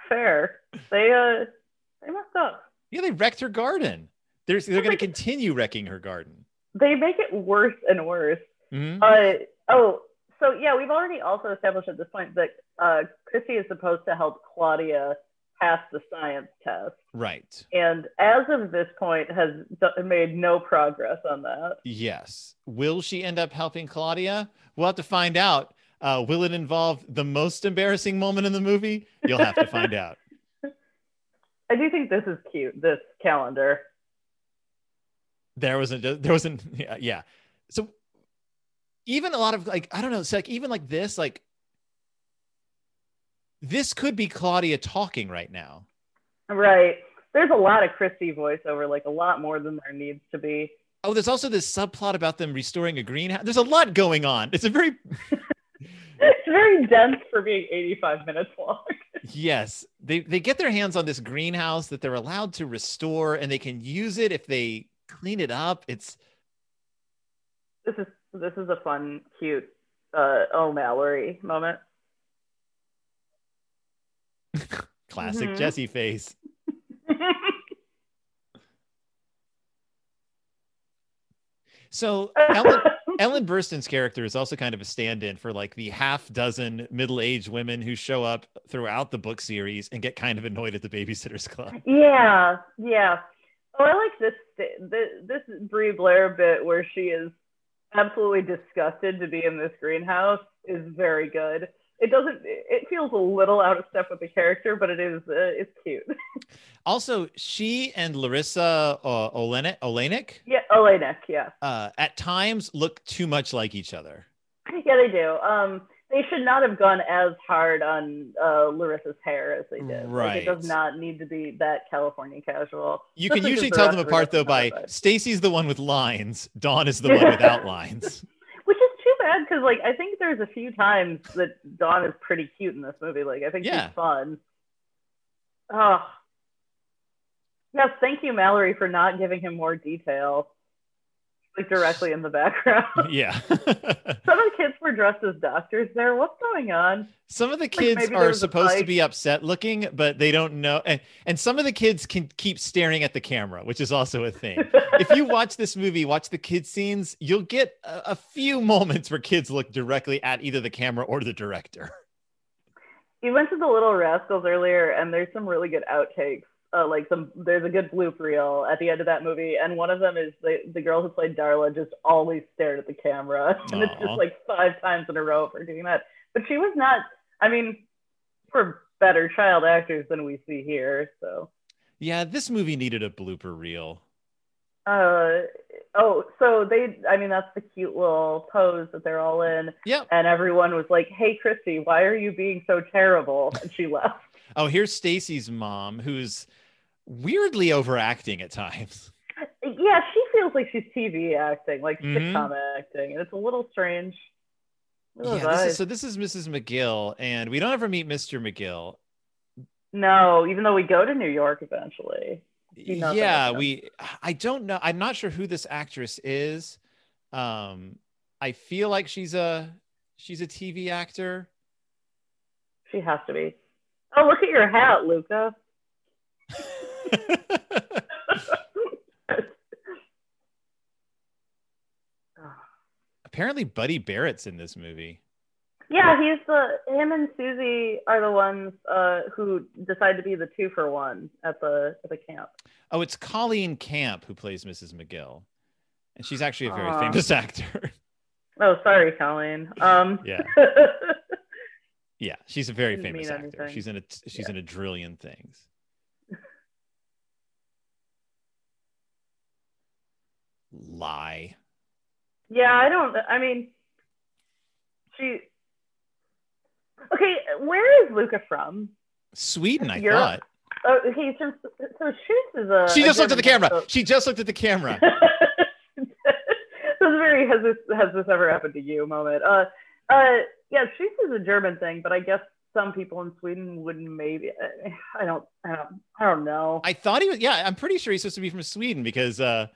fair. They uh, they messed up. Yeah, they wrecked her garden. They're, they're going to continue wrecking her garden. They make it worse and worse. Mhm. Uh, oh, so yeah, we've already also established at this point that uh, Chrissy is supposed to help Claudia pass the science test. Right. and as of this point has d- made no progress on that Yes. Will she end up helping Claudia? We'll have to find out. Uh, will it involve the most embarrassing moment in the movie? You'll have to find out. i do think this is cute this calendar There wasn't. There wasn't. Yeah, yeah. So even a lot of like I don't know. It's like even like this like this could be Claudia talking right now. right there's a lot of christie voiceover like a lot more than there needs to be Oh, there's also this subplot about them restoring a greenhouse. There's a lot going on. It's a very it's very dense for being 85 minutes long Yes, they they get their hands on this greenhouse that they're allowed to restore, and they can use it if they clean it up. It's this is this is a fun cute uh o'mallory moment classic Mhm. Jesse face. So Ellen, Ellen Burstyn's character is also kind of a stand-in for like the half dozen middle-aged women who show up throughout the book series and get kind of annoyed at the Babysitters Club. yeah yeah oh i like this st- thi- this brie blair bit where she is absolutely disgusted to be in this greenhouse is very good it doesn't it feels a little out of step with the character but it is uh, it's cute Also, she and Larissa uh, Olenek, Olenek yeah Olenek, yeah uh, at times look too much like each other. yeah they do um they should not have gone as hard on uh, Larissa's hair as they did. Like, Right. it does not need to be that California casual. You can Especially 'cause usually the tell them rest of it apart though doesn't by have that. Stacy's the one with lines, Dawn is the one without lines. Which is too bad because, like, I think there's a few times that Dawn is pretty cute in this movie. Like, I think Yeah. she's fun. Oh, Yes, thank you, Mallory, for not giving him more detail, like directly in the background. yeah. Some of the kids were dressed as doctors there. What's going on? some of the kids maybe there are was a supposed to bike. be upset looking, but they don't know. And, and some of the kids can keep staring at the camera, which is also a thing. if you watch this movie, watch the kid scenes, you'll get a, a few moments where kids look directly at either the camera or the director. You went to the Little Rascals earlier, and there's some really good outtakes. Uh, like some, there's a good bloop reel at the end of that movie, and one of them is the the girl who played Darla just always stared at the camera, and it's Aw. just like five times in a row for doing that. But she was not. I mean, for better child actors than we see here. So, Yeah, this movie needed a blooper reel. uh, oh, so they. I mean, that's the cute little pose that they're all in, Yep. and everyone was like, "Hey, Christy, why are you being so terrible?" And she left. Oh, here's Stacy's mom, who's weirdly overacting at times. yeah, she feels like she's TV acting, like Mhm. sitcom acting, and it's a little strange. Those Yeah, this eyes. is, so this is Mrs. McGill, and we don't ever meet Mr. McGill. no, even though we go to New York eventually. You know that yeah about we i don't know i'm not sure who this actress is um i feel like she's a she's a tv actor She has to be. Oh, look at your hat, Luca. apparently buddy barrett's in this movie Yeah, he's the him and Susie are the ones uh, who decide to be the two for one at the at the camp. oh it's colleen camp who plays mrs mcgill and she's actually a very Aw. famous actor Oh, sorry, Colleen. Um, Yeah. yeah she's a very Didn't famous mean actor anything. she's in a she's in a trillion things lie Yeah, I don't. I mean, she. Okay, where is Luca from? sweden i Europe. thought Oh, he's from. So Schutz is a. she a just looked at the German- camera. She just looked at the camera. this is very has this has this ever happened to you moment. Uh, uh, yeah, Schutz is a German thing, but I guess some people in Sweden wouldn't. Maybe I don't. I don't. I don't know. I thought he was. Yeah, I'm pretty sure he's supposed to be from Sweden because uh,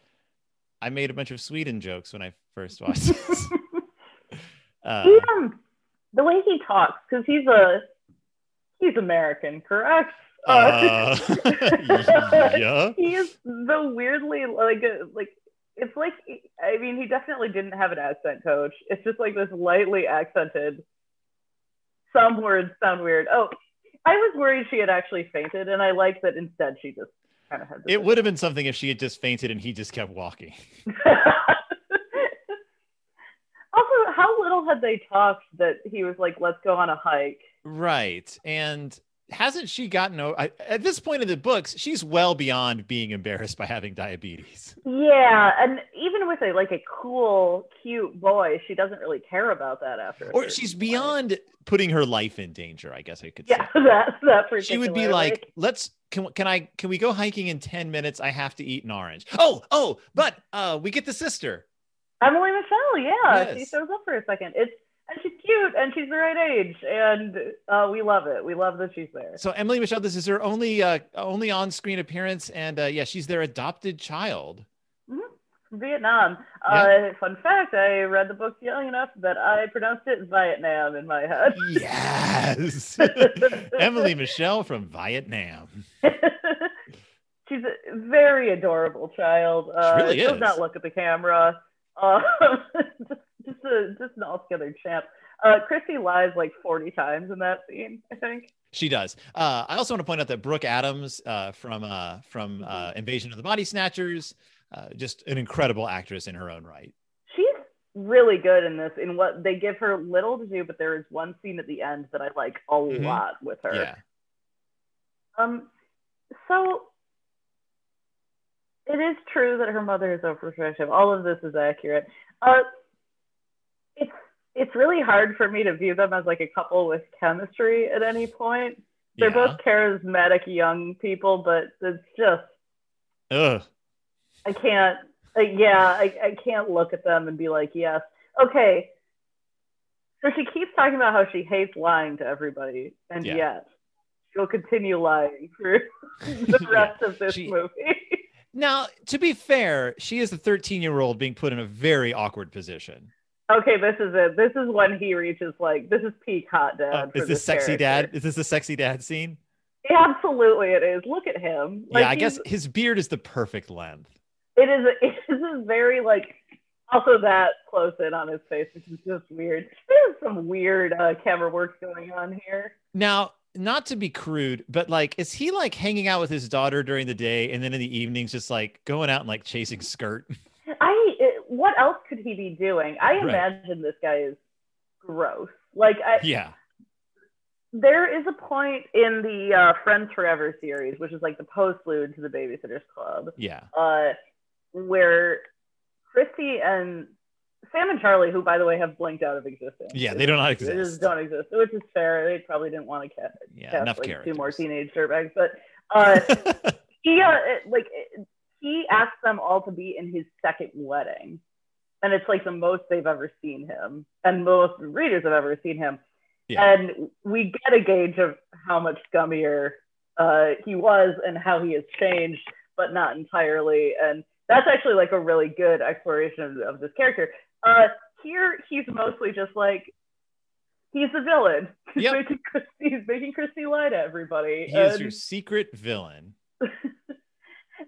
I made a bunch of Sweden jokes when I first watched this. uh, he, um, the way he talks, because he's a he's American, correct? uh, yeah. he is the weirdly like uh, like it's like I mean he definitely didn't have an accent coach. It's just like this lightly accented. Some words sound weird. Oh, I was worried she had actually fainted, and I like that instead she just kind of had. This It would have been something if she had just fainted and he just kept walking. also, how little had they talked that he was like, "Let's go on a hike." Right. And hasn't she gotten over? I, at this point in the books, she's well beyond being embarrassed by having diabetes. Yeah, and even with a like a cool, cute boy, she doesn't really care about that after. a Or certain she's point. beyond putting her life in danger, I guess I could say. Yeah, that that particular. she would be like, "Let's can can I can we go hiking in ten minutes? I have to eat an orange." Oh, oh, but uh, we get the sister. Emily Michelle, yeah, she Yes. shows up for a second. It's and she's cute and she's the right age and uh, we love it. We love that she's there. So Emily Michelle, this is her only uh, only on screen appearance, and uh, yeah, she's their adopted child. Mm-hmm. Vietnam. Uh, fun fact: I read the book young enough that I pronounced it Vietnam in my head. Yes, Emily Michelle from Vietnam. she's a very adorable child. Uh, really does is. not look at the camera. Uh, just, just a just an altogether champ. Uh, Christy lies like forty times in that scene. I think. She does. Uh, I also want to point out that Brooke Adams uh, from uh, from Mm-hmm. uh, Invasion of the Body Snatchers, uh, just an incredible actress in her own right. she's really good in this in what they give her little to do but there is one scene at the end that i like a Mhm. lot with her Yeah. um so it is true that her mother is overprotective all of this is accurate uh it's it's really hard for me to view them as like a couple with chemistry at any point they're yeah. both charismatic young people but it's just Ugh. I can't. Uh, yeah, I, I can't look at them and be like, yes, okay. So she keeps talking about how she hates lying to everybody, and Yeah. yet she'll continue lying for the rest of this She- movie. Now, to be fair, she is a 13 year old being put in a very awkward position. okay, this is it. This is when he reaches like this is peak hot dad. Uh, for is this sexy character. dad? Is this a sexy dad scene? Absolutely, it is. Look at him. Like, yeah, I he's- guess his beard is the perfect length. it is. A, it is a very like also that close in on his face, which is just weird. There's some weird uh, camera work going on here. Now, not to be crude, but like, is he like hanging out with his daughter during the day and then in the evenings just like going out and like chasing skirt? I. It, what else could he be doing? I Right. imagine this guy is gross. Like I, yeah. there is a point in the uh, Friends Forever series, which is like the postlude to the Babysitters Club, Yeah. uh, where Christy and Sam and Charlie, who by the way have blinked out of existence. Yeah. They do not They just exist. don't exist, which is fair. They probably didn't want to cast, Yeah. cast Enough like, characters. two more teenage dirtbags, but uh, he uh, it- like it- he asked them all to be in his second wedding, and it's like the most they've ever seen him, and most readers have ever seen him. Yeah. And we get a gauge of how much gummier uh, he was and how he has changed, but not entirely. And that's actually like a really good exploration of, of this character. Uh, here, he's mostly just like he's the villain. He's, Yep. making Christy, he's making Christy lie to everybody. he is and- your secret villain.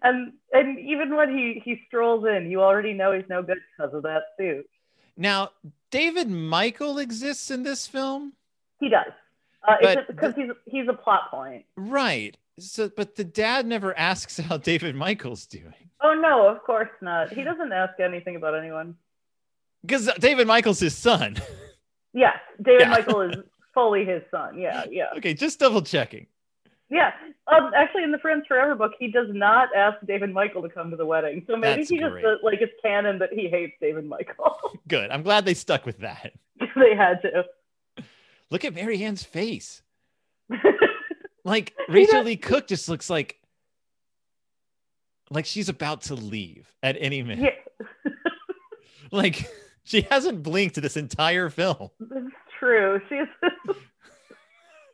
and and even when he he strolls in, you already know he's no good because of that suit. Now, David Michael exists in this film. He does. Uh, But because he's he's a plot point. Right. So, but the dad never asks how David Michael's doing Oh no, of course not. He doesn't ask anything about anyone. because David Michael's his son. Yes, David Yeah. Michael is fully his son. Yeah, yeah, okay, just double checking. yeah. Um, actually, in the Friends Forever book, he does not ask David Michael to come to the wedding. So maybe That's he just great. uh, like it's canon that he hates David Michael. Good. I'm glad they stuck with that. they had to. Look at Mary Ann's face. Like Rachel Lee Cook just looks like like she's about to leave at any minute. yeah, Like she hasn't blinked this entire film. that's true. She's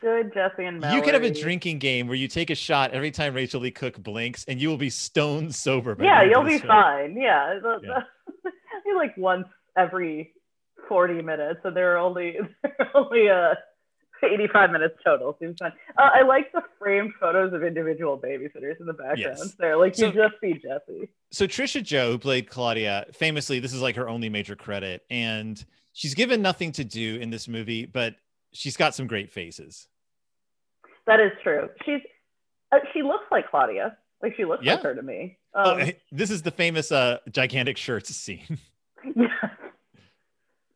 good, Jesse and Mallory. You could have a drinking game where you take a shot every time Rachel Lee Cook blinks, and you will be stone sober. by the yeah end of you'll be this film. fine yeah, the, Yeah. the- I mean, like once every 40 minutes and there are only there are only uh 85 minutes total seems fun uh, i like the framed photos of individual babysitters in the background Yes. there like So- you just see jesse so Trisha Joe, who played Claudia, famously, this is like her only major credit, and she's given nothing to do in this movie, but she's got some great faces. that is true she's uh, she looks like claudia like she looks Yeah. like her to me Oh, um, this is the famous uh, gigantic shirts scene. yeah.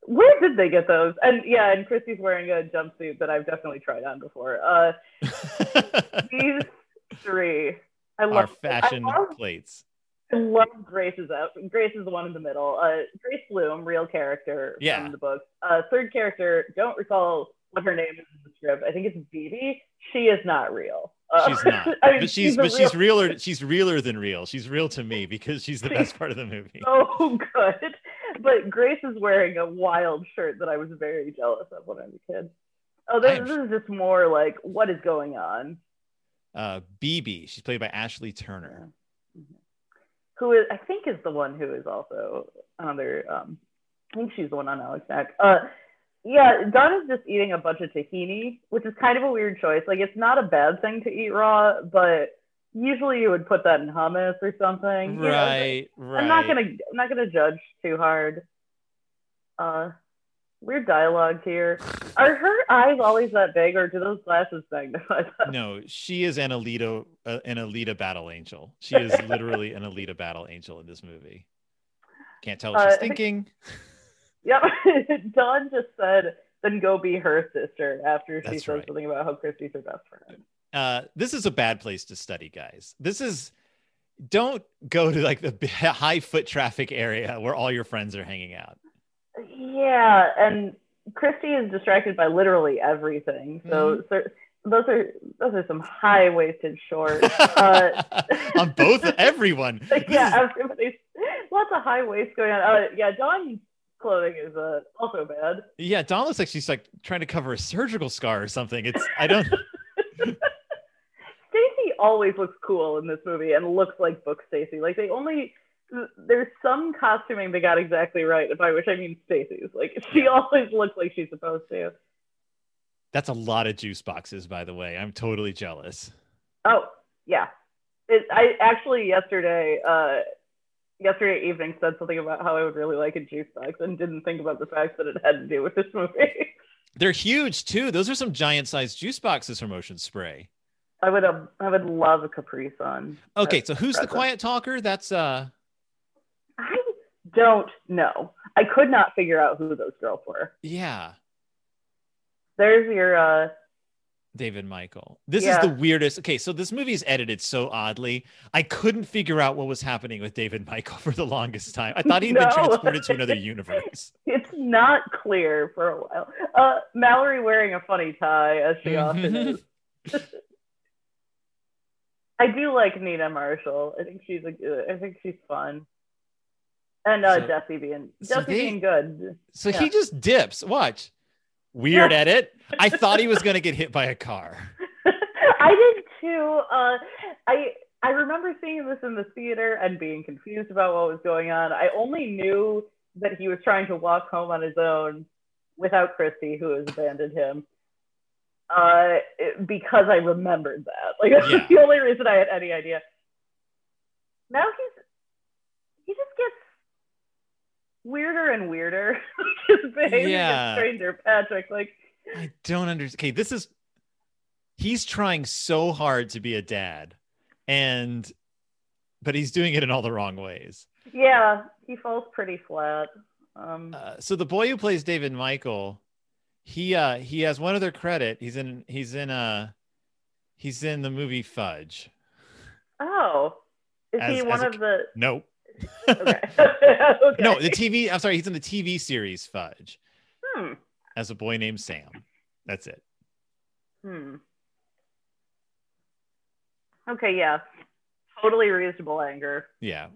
where did they get those and yeah and christy's wearing a jumpsuit that i've definitely tried on before uh these three i Our love fashion I love- plates. I love Grace's out. Grace is the one in the middle. Uh, Grace Bloom, real character Yeah. from the book. Uh, third character, don't recall what her name is in the script. I think it's Bibi. She is not real. Uh, She's not, I mean, but she's, a but she's real- realer. She's realer than real. She's real to me because she's the best part of the movie. so good. But Grace is wearing a wild shirt that I was very jealous of when I was a kid. Oh, I this, am- this is just more like what is going on. Uh, BB, she's played by Ashley Turner. Mm-hmm. who is I think is the one who is also another. Um, I think she's the one on Alex Mack. Uh, yeah, Donna's just eating a bunch of tahini, which is kind of a weird choice. Like it's not a bad thing to eat raw, but usually you would put that in hummus or something. you know? Right, right. I'm not gonna I'm not gonna judge too hard. Uh, weird dialogue here. Are her eyes always that big, or do those glasses magnify them? No, she is an Alita, uh, an Alita battle angel. She is literally an Alita battle angel in this movie. Can't tell what Uh, she's I think- thinking. Yep. Dawn just said, then go be her sister after she That's says right. something about how Christy's her best friend. Uh, this is a bad place to study, guys. This is don't go to like the b- high foot traffic area where all your friends are hanging out. Yeah. And Christy is distracted by literally everything. So, Mm-hmm. so those are those are some high waisted shorts. Uh, On both everyone. This is- yeah, everybody's lots of high waists going on. Uh, yeah, Dawn clothing is uh, also bad. Yeah, Dawn looks like she's like trying to cover a surgical scar or something. It's I don't. Stacy always looks cool in this movie and looks like Book Stacy. Like they only there's some costuming they got exactly right, by which I mean Stacy's. Like she always looks like she's supposed to. That's a lot of juice boxes, by the way. I'm totally jealous. Oh yeah, it, I actually yesterday uh, yesterday evening said something about how I would really like a juice box and didn't think about the fact that it had to do with this movie. They're huge too. Those are some giant sized juice boxes from Ocean Spray. I would um, I would love a Capri Sun. Okay, so who's the impressive. quiet talker? That's uh I don't know. I could not figure out who those girls were. yeah, There's your uh David Michael. This Yeah. is the weirdest. Okay, so this movie is edited so oddly. I couldn't figure out what was happening with David Michael for the longest time. I thought he'd been No. transported to another universe. it's not clear for a while. Uh Mallory wearing a funny tie as she often is. I do like Nina Marshall. I think she's a, I think she's fun. And uh So- Jesse being so Jesse they- being good. So Yeah. he just dips. Watch. Weird edit. I thought he was going to get hit by a car. I did too. Uh, I I remember seeing this in the theater and being confused about what was going on. I only knew that he was trying to walk home on his own without Christy, who has abandoned him, uh, it- because I remembered that. Like that's Yeah. the only reason I had any idea. Now he's he just gets weirder and weirder. His behavior Yeah. gets stranger, Patrick. Like I don't understand. Okay, this is he's trying so hard to be a dad and but he's doing it in all the wrong ways. Yeah, he falls pretty flat. Um, Uh, so the boy who plays David Michael, he uh he has one other credit. He's in he's in uh he's in the movie Fudge. oh, is as- he one as a of the? Nope. Okay. okay. No, the TV I'm sorry, he's in the TV series Fudge Hmm. as a boy named Sam. That's it. Hmm. Okay. Yeah. Totally reasonable anger. Yeah.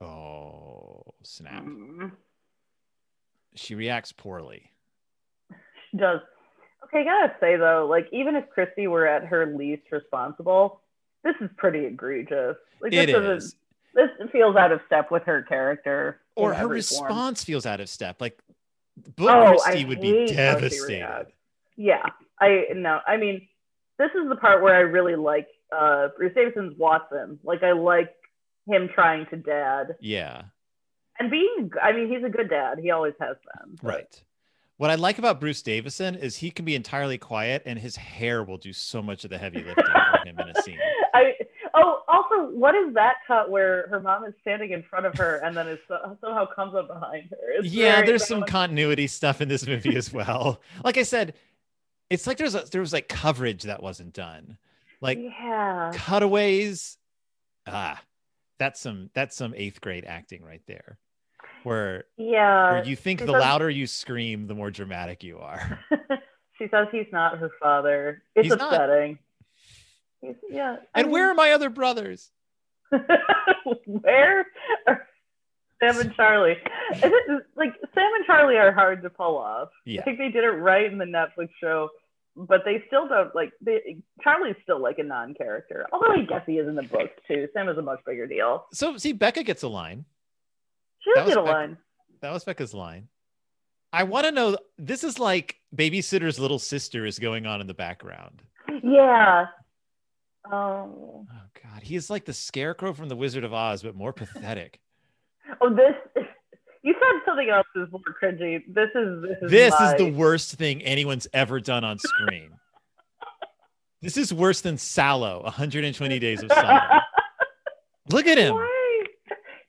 Oh, snap. Hmm. She reacts poorly. She does. Okay, gotta say though, like even if Christy were at her least responsible, this is pretty egregious. Like this It doesn't- is. This feels out of step with her character. in Or her every form. response feels out of step. Like, Book Oh, Christie I would hate be how she devastated. reacts. yeah i no i mean this is the part where i really like uh bruce davidson's watson like i like him trying to dad Yeah, and being i mean he's a good dad he always has been but- right. What I like about Bruce Davison is he can be entirely quiet and his hair will do so much of the heavy lifting for him in a scene. I oh also what is that cut where her mom is standing in front of her and then is so, somehow comes up behind her? It's yeah very- there's some continuity stuff in this movie as well like i said it's like there's a there was like coverage that wasn't done like yeah cutaways ah that's some that's some eighth grade acting right there where yeah. where you think the because- louder you scream the more dramatic you are she says he's not her father. It's He's not. upsetting. He's, yeah. I and mean- where are my other brothers Where are Sam and Charlie? Is it, like Sam and Charlie are hard to pull off. I yeah think they did it right in the Netflix show, but they still don't like. They, Charlie's still like a non-character, although I guess he is in the book too. Sam is a much bigger deal. so see becca gets a line She That does was get a back- line. that was becca's line i want to know this is like babysitter's little sister is going on in the background Yeah. Um, Oh God, he is like the scarecrow from The Wizard of Oz, but more pathetic. oh, this. You said something else is more cringy. This is this is this Oh my- is the worst thing anyone's ever done on screen. this is worse than Sallow, 120 Days of Summer. Look at him. Why?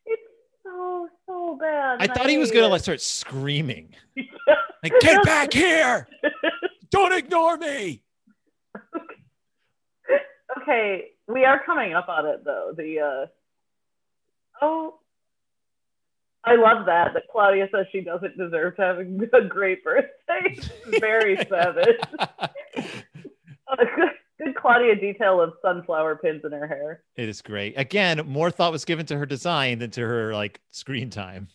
It's so so bad. I and thought he was hate gonna it. like start screaming. Like, get back here! Don't ignore me. Okay, we are coming up on it though. The uh oh, I love that that Claudia says she doesn't deserve to have a great birthday. Very savage. good Claudia detail of sunflower pins in her hair. It is great. Again, more thought was given to her design than to her like screen time.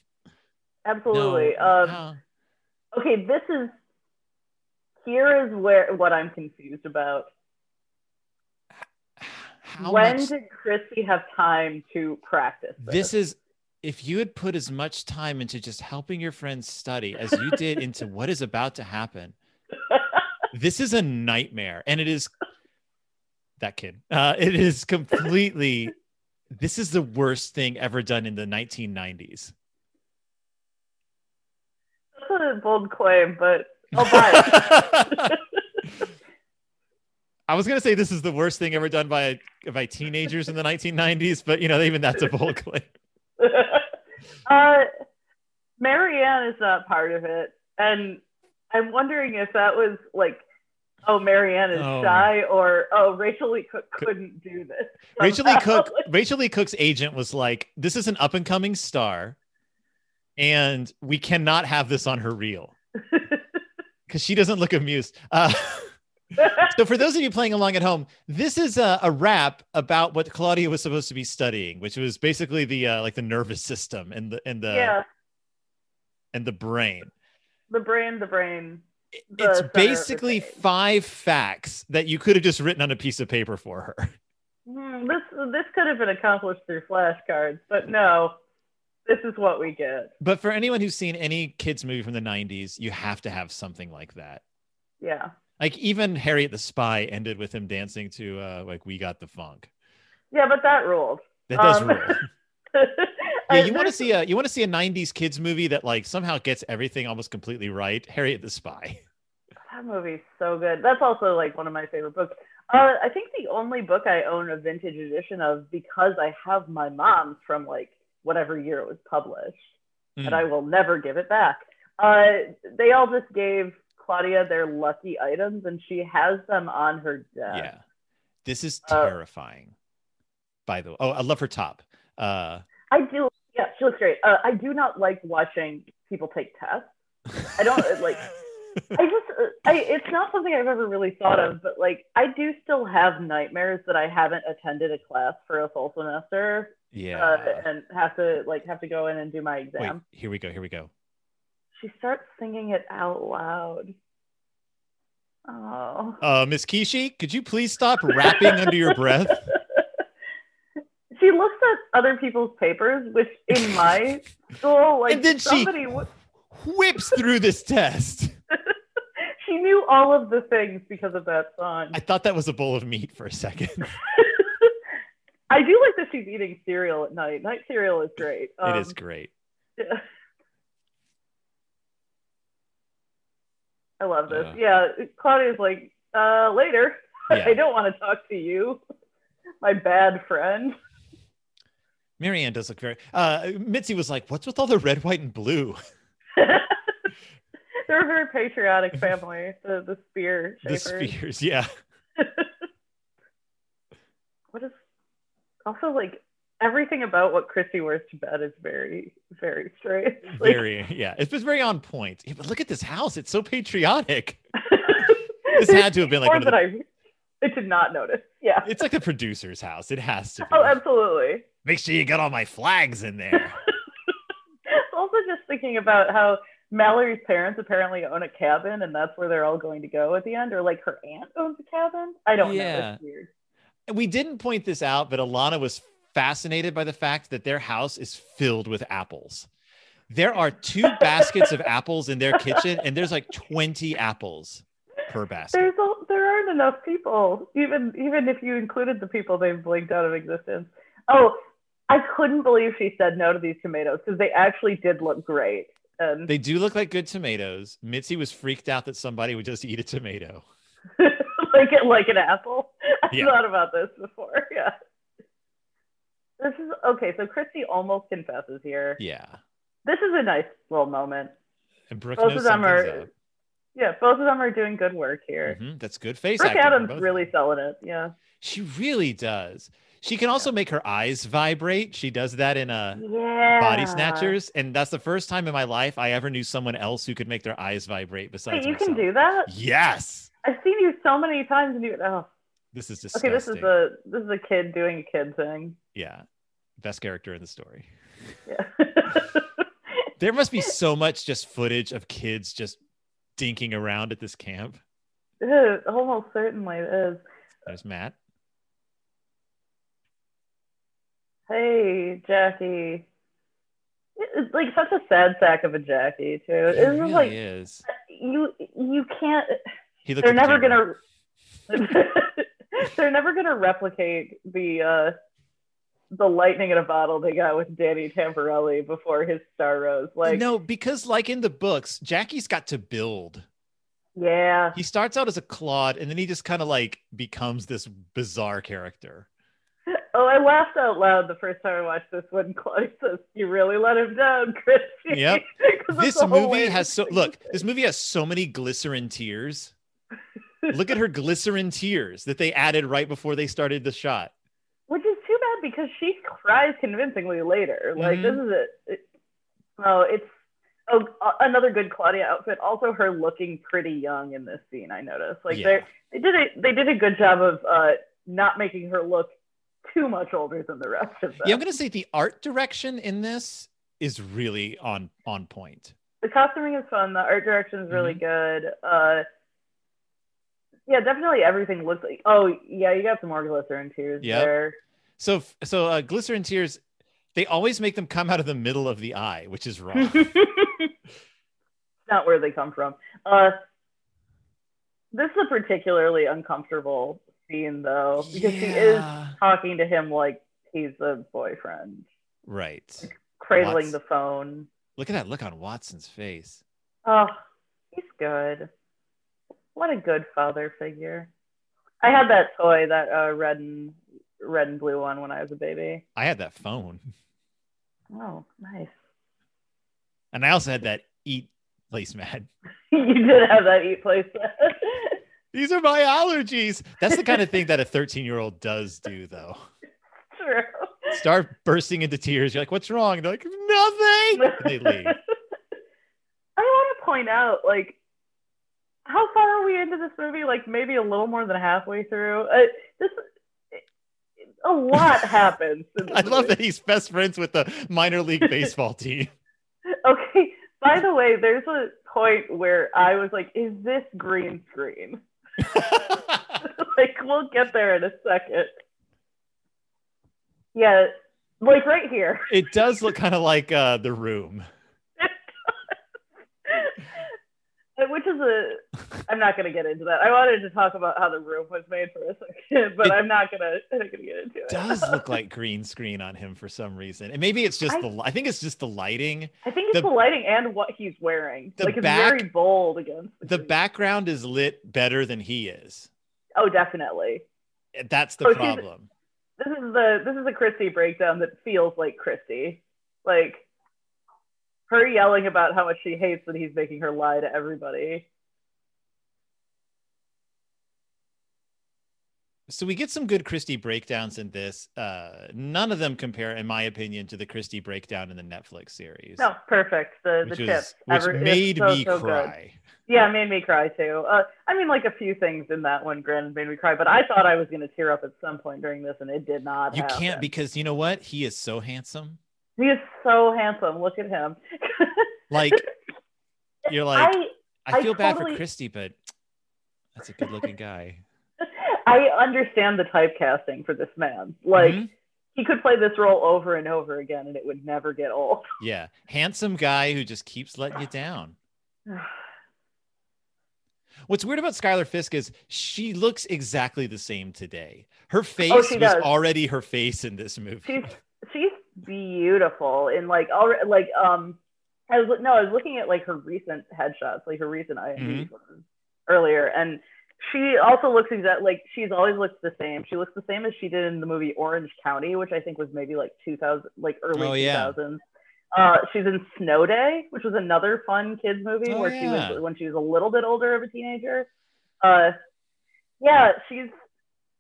Absolutely. um, no. Okay, this is here is where what I'm confused about. How when much- did Chrissy have time to practice this is if you had put as much time into just helping your friends study as you did into what is about to happen this is a nightmare and it is that kid uh, it is completely this is the worst thing ever done in the 1990s That's a bold claim, but I'll buy it. I was gonna say this is the worst thing ever done by by teenagers in the 1990s, but you know even that's a bold claim. uh, Marianne is not part of it, and I'm wondering if that was like, oh, Marianne is Oh. shy, or oh, Rachel Lee Cook couldn't do this. Rachel Lee somehow. Cook, Rachel Lee Cook's agent was like, "This is an up and coming star, and we cannot have this on her reel because she doesn't look amused." Uh, so, for those of you playing along at home, this is a, a rap about what Claudia was supposed to be studying, which was basically the uh, like the nervous system and the and the yeah, and the brain. the brain, the brain. the it's center of the basically page. five facts that you could have just written on a piece of paper for her. Hmm, this this could have been accomplished through flashcards, but no, this is what we get. But for anyone who's seen any kids movie from the 90s, you have to have something like that. Yeah. Like even Harriet the Spy ended with him dancing to uh like we got the funk. Yeah, but that ruled. That does Um, rule. Uh, Yeah, you want to there's- see a you want to see a 90s kids movie that like somehow gets everything almost completely right. Harriet the Spy. That movie's so good. That's also like one of my favorite books. Uh, I think the only book I own a vintage edition of because I have my mom's from like whatever year it was published, Hmm. and I will never give it back. Uh, they all just gave Claudia their lucky items, and she has them on her yeah. desk. This is Uh, terrifying. by the way. Oh, I love her top. Uh I do. Yeah, she looks great. Uh, I do not like watching people take tests. I don't, like- I just, uh, I, it's not something I've ever really thought of, but like, I do still have nightmares that I haven't attended a class for a full semester Yeah. uh, and have to like have to go in and do my Wait, exam. here we go. Here we go. She starts singing it out loud. Oh, Uh, Miss Kishi, could you please stop rapping under your breath? she looks at other people's papers, which in my school, like And then she- somebody, w- Whips through this test. she knew all of the things because of that song. I thought that was a bowl of meat for a second. I do like that she's eating cereal at night. Night cereal is great. Um, it is great. I love this. Uh. yeah, Claudia's like, uh, later. I Yeah. don't want to talk to you, my bad friend. Marianne does look very. Uh, Mitzi was like, "What's with all the red, white, and blue? They're a very patriotic family. The the spear The shapers. spheres." Yeah. What is also like everything about what Chrissy wears to bed is very very straight. Like, Very. Yeah. It's just very on point. Yeah, but look at this house. It's so patriotic. This had to have been like Or one of that the. I, I did not notice. Yeah. It's like the producer's house. It has to be. Oh, absolutely. Make sure you got all my flags in there. also just thinking about how Mallory's parents apparently own a cabin and that's where they're all going to go at the end, or like her aunt owns a cabin. I don't know. Yeah. It's weird. we didn't point this out, but Alana was fascinated by the fact that their house is filled with apples. There are two baskets of apples in their kitchen, and there's like 20 apples per basket. There's a, there aren't enough people, even even if you included the people they've blinked out of existence. Oh, I couldn't believe she said no to these tomatoes because they actually did look great. And They do look like good tomatoes. Mitzi was freaked out that somebody would just eat a tomato. like it like an apple. I Yeah. thought about this before. Yeah. This is okay. So Christy almost confesses here. Yeah. This is a nice little moment. And Brooke Both knows of them something's are- up. Yeah, both of them are doing good work here. Mhm, That's good face Brooke acting from both Adams of really them. selling it. Yeah. She really does. She can also make her eyes vibrate. She does that in a Yeah. body snatchers, and that's the first time in my life I ever knew someone else who could make their eyes vibrate besides Wait, you myself. can do that? Yes. I've seen you so many times and you oh This is Okay, disgusting. this is a this is a kid doing a kid thing. yeah, best character in the story. Yeah. There must be so much just footage of kids just dinking around at this camp. It Almost certainly is. There's Matt. Hey, Jackie. It's like such a sad sack of a Jackie too. He It's really like is. you you can't He looked they're at the never camera. gonna they're never gonna replicate the uh the lightning in a bottle they got with Danny Tamborelli before his star rose. Like no, because like in the books, Jackie's got to build. yeah. He starts out as a Claude, and then he just kind of like becomes this bizarre character. Oh, I laughed out loud the first time I watched this when Claudia says, You really let him down, Christy. Yep. 'Cause that's This the whole way movie has this so thing look. is. This movie has so many glycerin tears. Look at her glycerin tears that they added right before they started the shot. Which is too bad because she cries convincingly later. Like Mhm. this is it. it- oh, it's oh a- another good Claudia outfit. Also, her looking pretty young in this scene. I noticed. Like Yeah. they they did a they did a good job of uh, not making her look too much older than the rest of them. Yeah, I'm gonna say the art direction in this is really on on point. the costuming is fun. The art direction is really Mm-hmm. good. Uh, yeah, definitely everything looks like. Oh yeah, you got some more glycerin tears Yep. there. So f- so uh, glycerin tears, they always make them come out of the middle of the eye, which is wrong. not where they come from. Uh, this is a particularly uncomfortable scene, though, because she is Yeah. talking to him like he's a boyfriend, right. cradling Lots. the phone. Look at that look on Watson's face. Oh, he's good. What a good father figure. I had that toy, that uh, red and red and blue one, when I was a baby. I had that phone, Oh, nice. and I also had that eat placemat. you did have that eat place. These are my allergies. That's the kind of thing that a 13 year old does do, though. True. Start bursting into tears. You're like, what's wrong? They're like, nothing. And they leave. I want to point out, like, how far are we into this movie? Like, maybe a little more than halfway through. Uh, this, a lot happens. in this I love movie. that he's best friends with the minor league baseball team. Okay. By the way, there's a point where I was like, "Is this green screen?" like, we'll get there in a second. Yeah, like right here. it does look kind of like uh, the room. Which is a, I'm not going to get into that. I wanted to talk about how the room was made for a second, but It- I'm not going to. I'm not going to get into it. Does look like green screen on him for some reason, and maybe it's just I- the. li- I think it's just the lighting. I think it's the- the, lighting and what he's wearing. the like it's back- very bold against The green. background is lit better than he is. Oh, definitely. That's Oh, the she's- problem. This is the this is a Christie breakdown that feels like Christie, like her yelling about how much she hates that he's making her lie to everybody. so we get some good Christie breakdowns in this. Uh, none of them compare, in my opinion, to the Christie breakdown in the Netflix series. No, perfect. The the which tip was- which Every- it's made so, me so good. cry. Yeah, it made me cry too. Uh, I mean, like a few things in that one, granted, made me cry, but I thought I was going to tear up at some point during this, and it did not. You happen. can't because you know what? He is so handsome. He is so handsome. Look at him. Like you're like, I I, I feel bad for totally- Christie, but that's a good-looking guy. I understand the typecasting for this man. Like Mhm. he could play this role over and over again, and it would never get old. yeah, handsome guy who just keeps letting you down. What's weird about Skylar Fisk is she looks exactly the same today. Her face was Oh, she does. already her face in this movie. she's she's beautiful and like already like um I was no I was looking at like her recent headshots like her recent Mm-hmm. IMDb ones earlier and she also looks exact like she's always looked the same she looks the same as she did in the movie Orange County which I think was maybe like 2000 like early Oh, yeah. 2000s uh, she's in Snow Day which was another fun kids movie Oh, where she yeah. was when she was a little bit older of a teenager uh yeah she's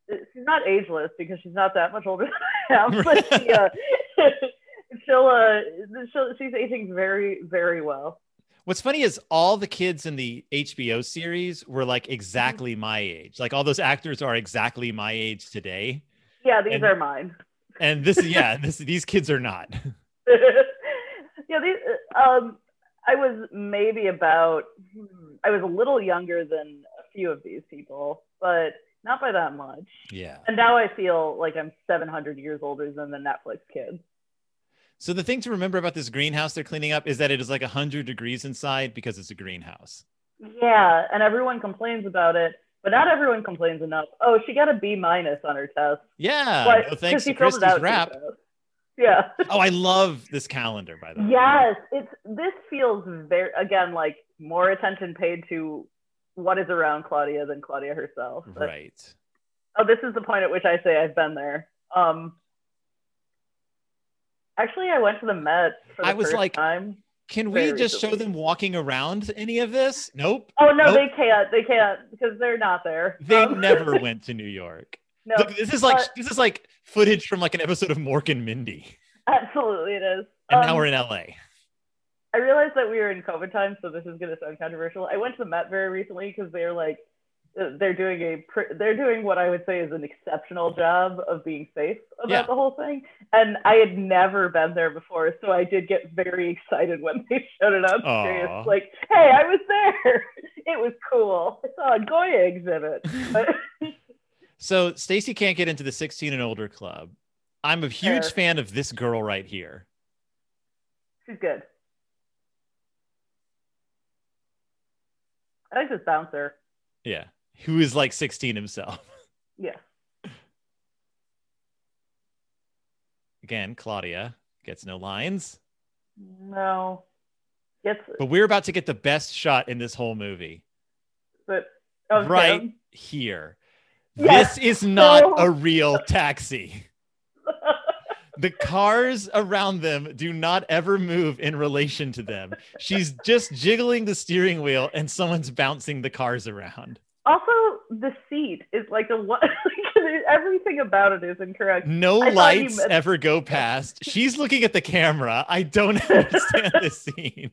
she's not ageless because she's not that much older than I am, but she, uh, she'll, uh, she'll, she's aging very, very well. What's funny is all the kids in the HBO series were like Mm-hmm. exactly my age. Like all those actors are exactly my age today. Yeah, these And- are mine. And this, yeah, this, these kids are not. yeah, these, um, I was maybe about, hmm, I was a little younger than a few of these people, but not by that much. Yeah. And now I feel like I'm 700 years older than the Netflix kids. So the thing to remember about this greenhouse they're cleaning up is that it is like 100 degrees inside because it's a greenhouse. Yeah, and everyone complains about it, but not everyone complains enough. Oh, she got a B minus on her test. Yeah. But- Uh, no 'cause thanks she to filled it Christy's out too rap. fast. Yeah. Oh, I love this calendar, by the way. Yes, it's this feels very again like more attention paid to what is around Claudia than Claudia herself. But- Right. Oh, this is the point at which I say I've been there. Um, actually, I went to the Met for the I was first like- time. Can we Very just show recently. them walking around any of this? Nope. Oh no, Nope. they can't. They can't because they're not there. They Um, never went to New York. No, Look, this is like uh, this is like footage from like an episode of Mork and Mindy, absolutely it is. and Um, now we're in LA. I realized that we were in COVID time, so this is going to sound controversial. I went to the Met very recently because they're like, uh, they're doing a, pr- they're doing what I would say is an exceptional job of being safe about Yeah. the whole thing. And I had never been there before, so I did get very excited when they showed it on Aw. serious. Like, hey, I was there. it was cool. I saw a Goya exhibit. But- So Stacy can't get into the 16 and older club. I'm a huge Fair. fan of this girl right here. She's good. I like this bouncer. Yeah, who is like 16 himself. Yeah. Again, Claudia gets no lines, No. Yes, but we're about to get the best shot in this whole movie but of Right. him. here. Yes. This is not No. a real taxi. The cars around them do not ever move in relation to them. She's just jiggling the steering wheel and someone's bouncing the cars around. also, the seat is like a what? everything about it is incorrect. No I thought you lights meant- ever go past. She's looking at the camera. I don't understand this scene.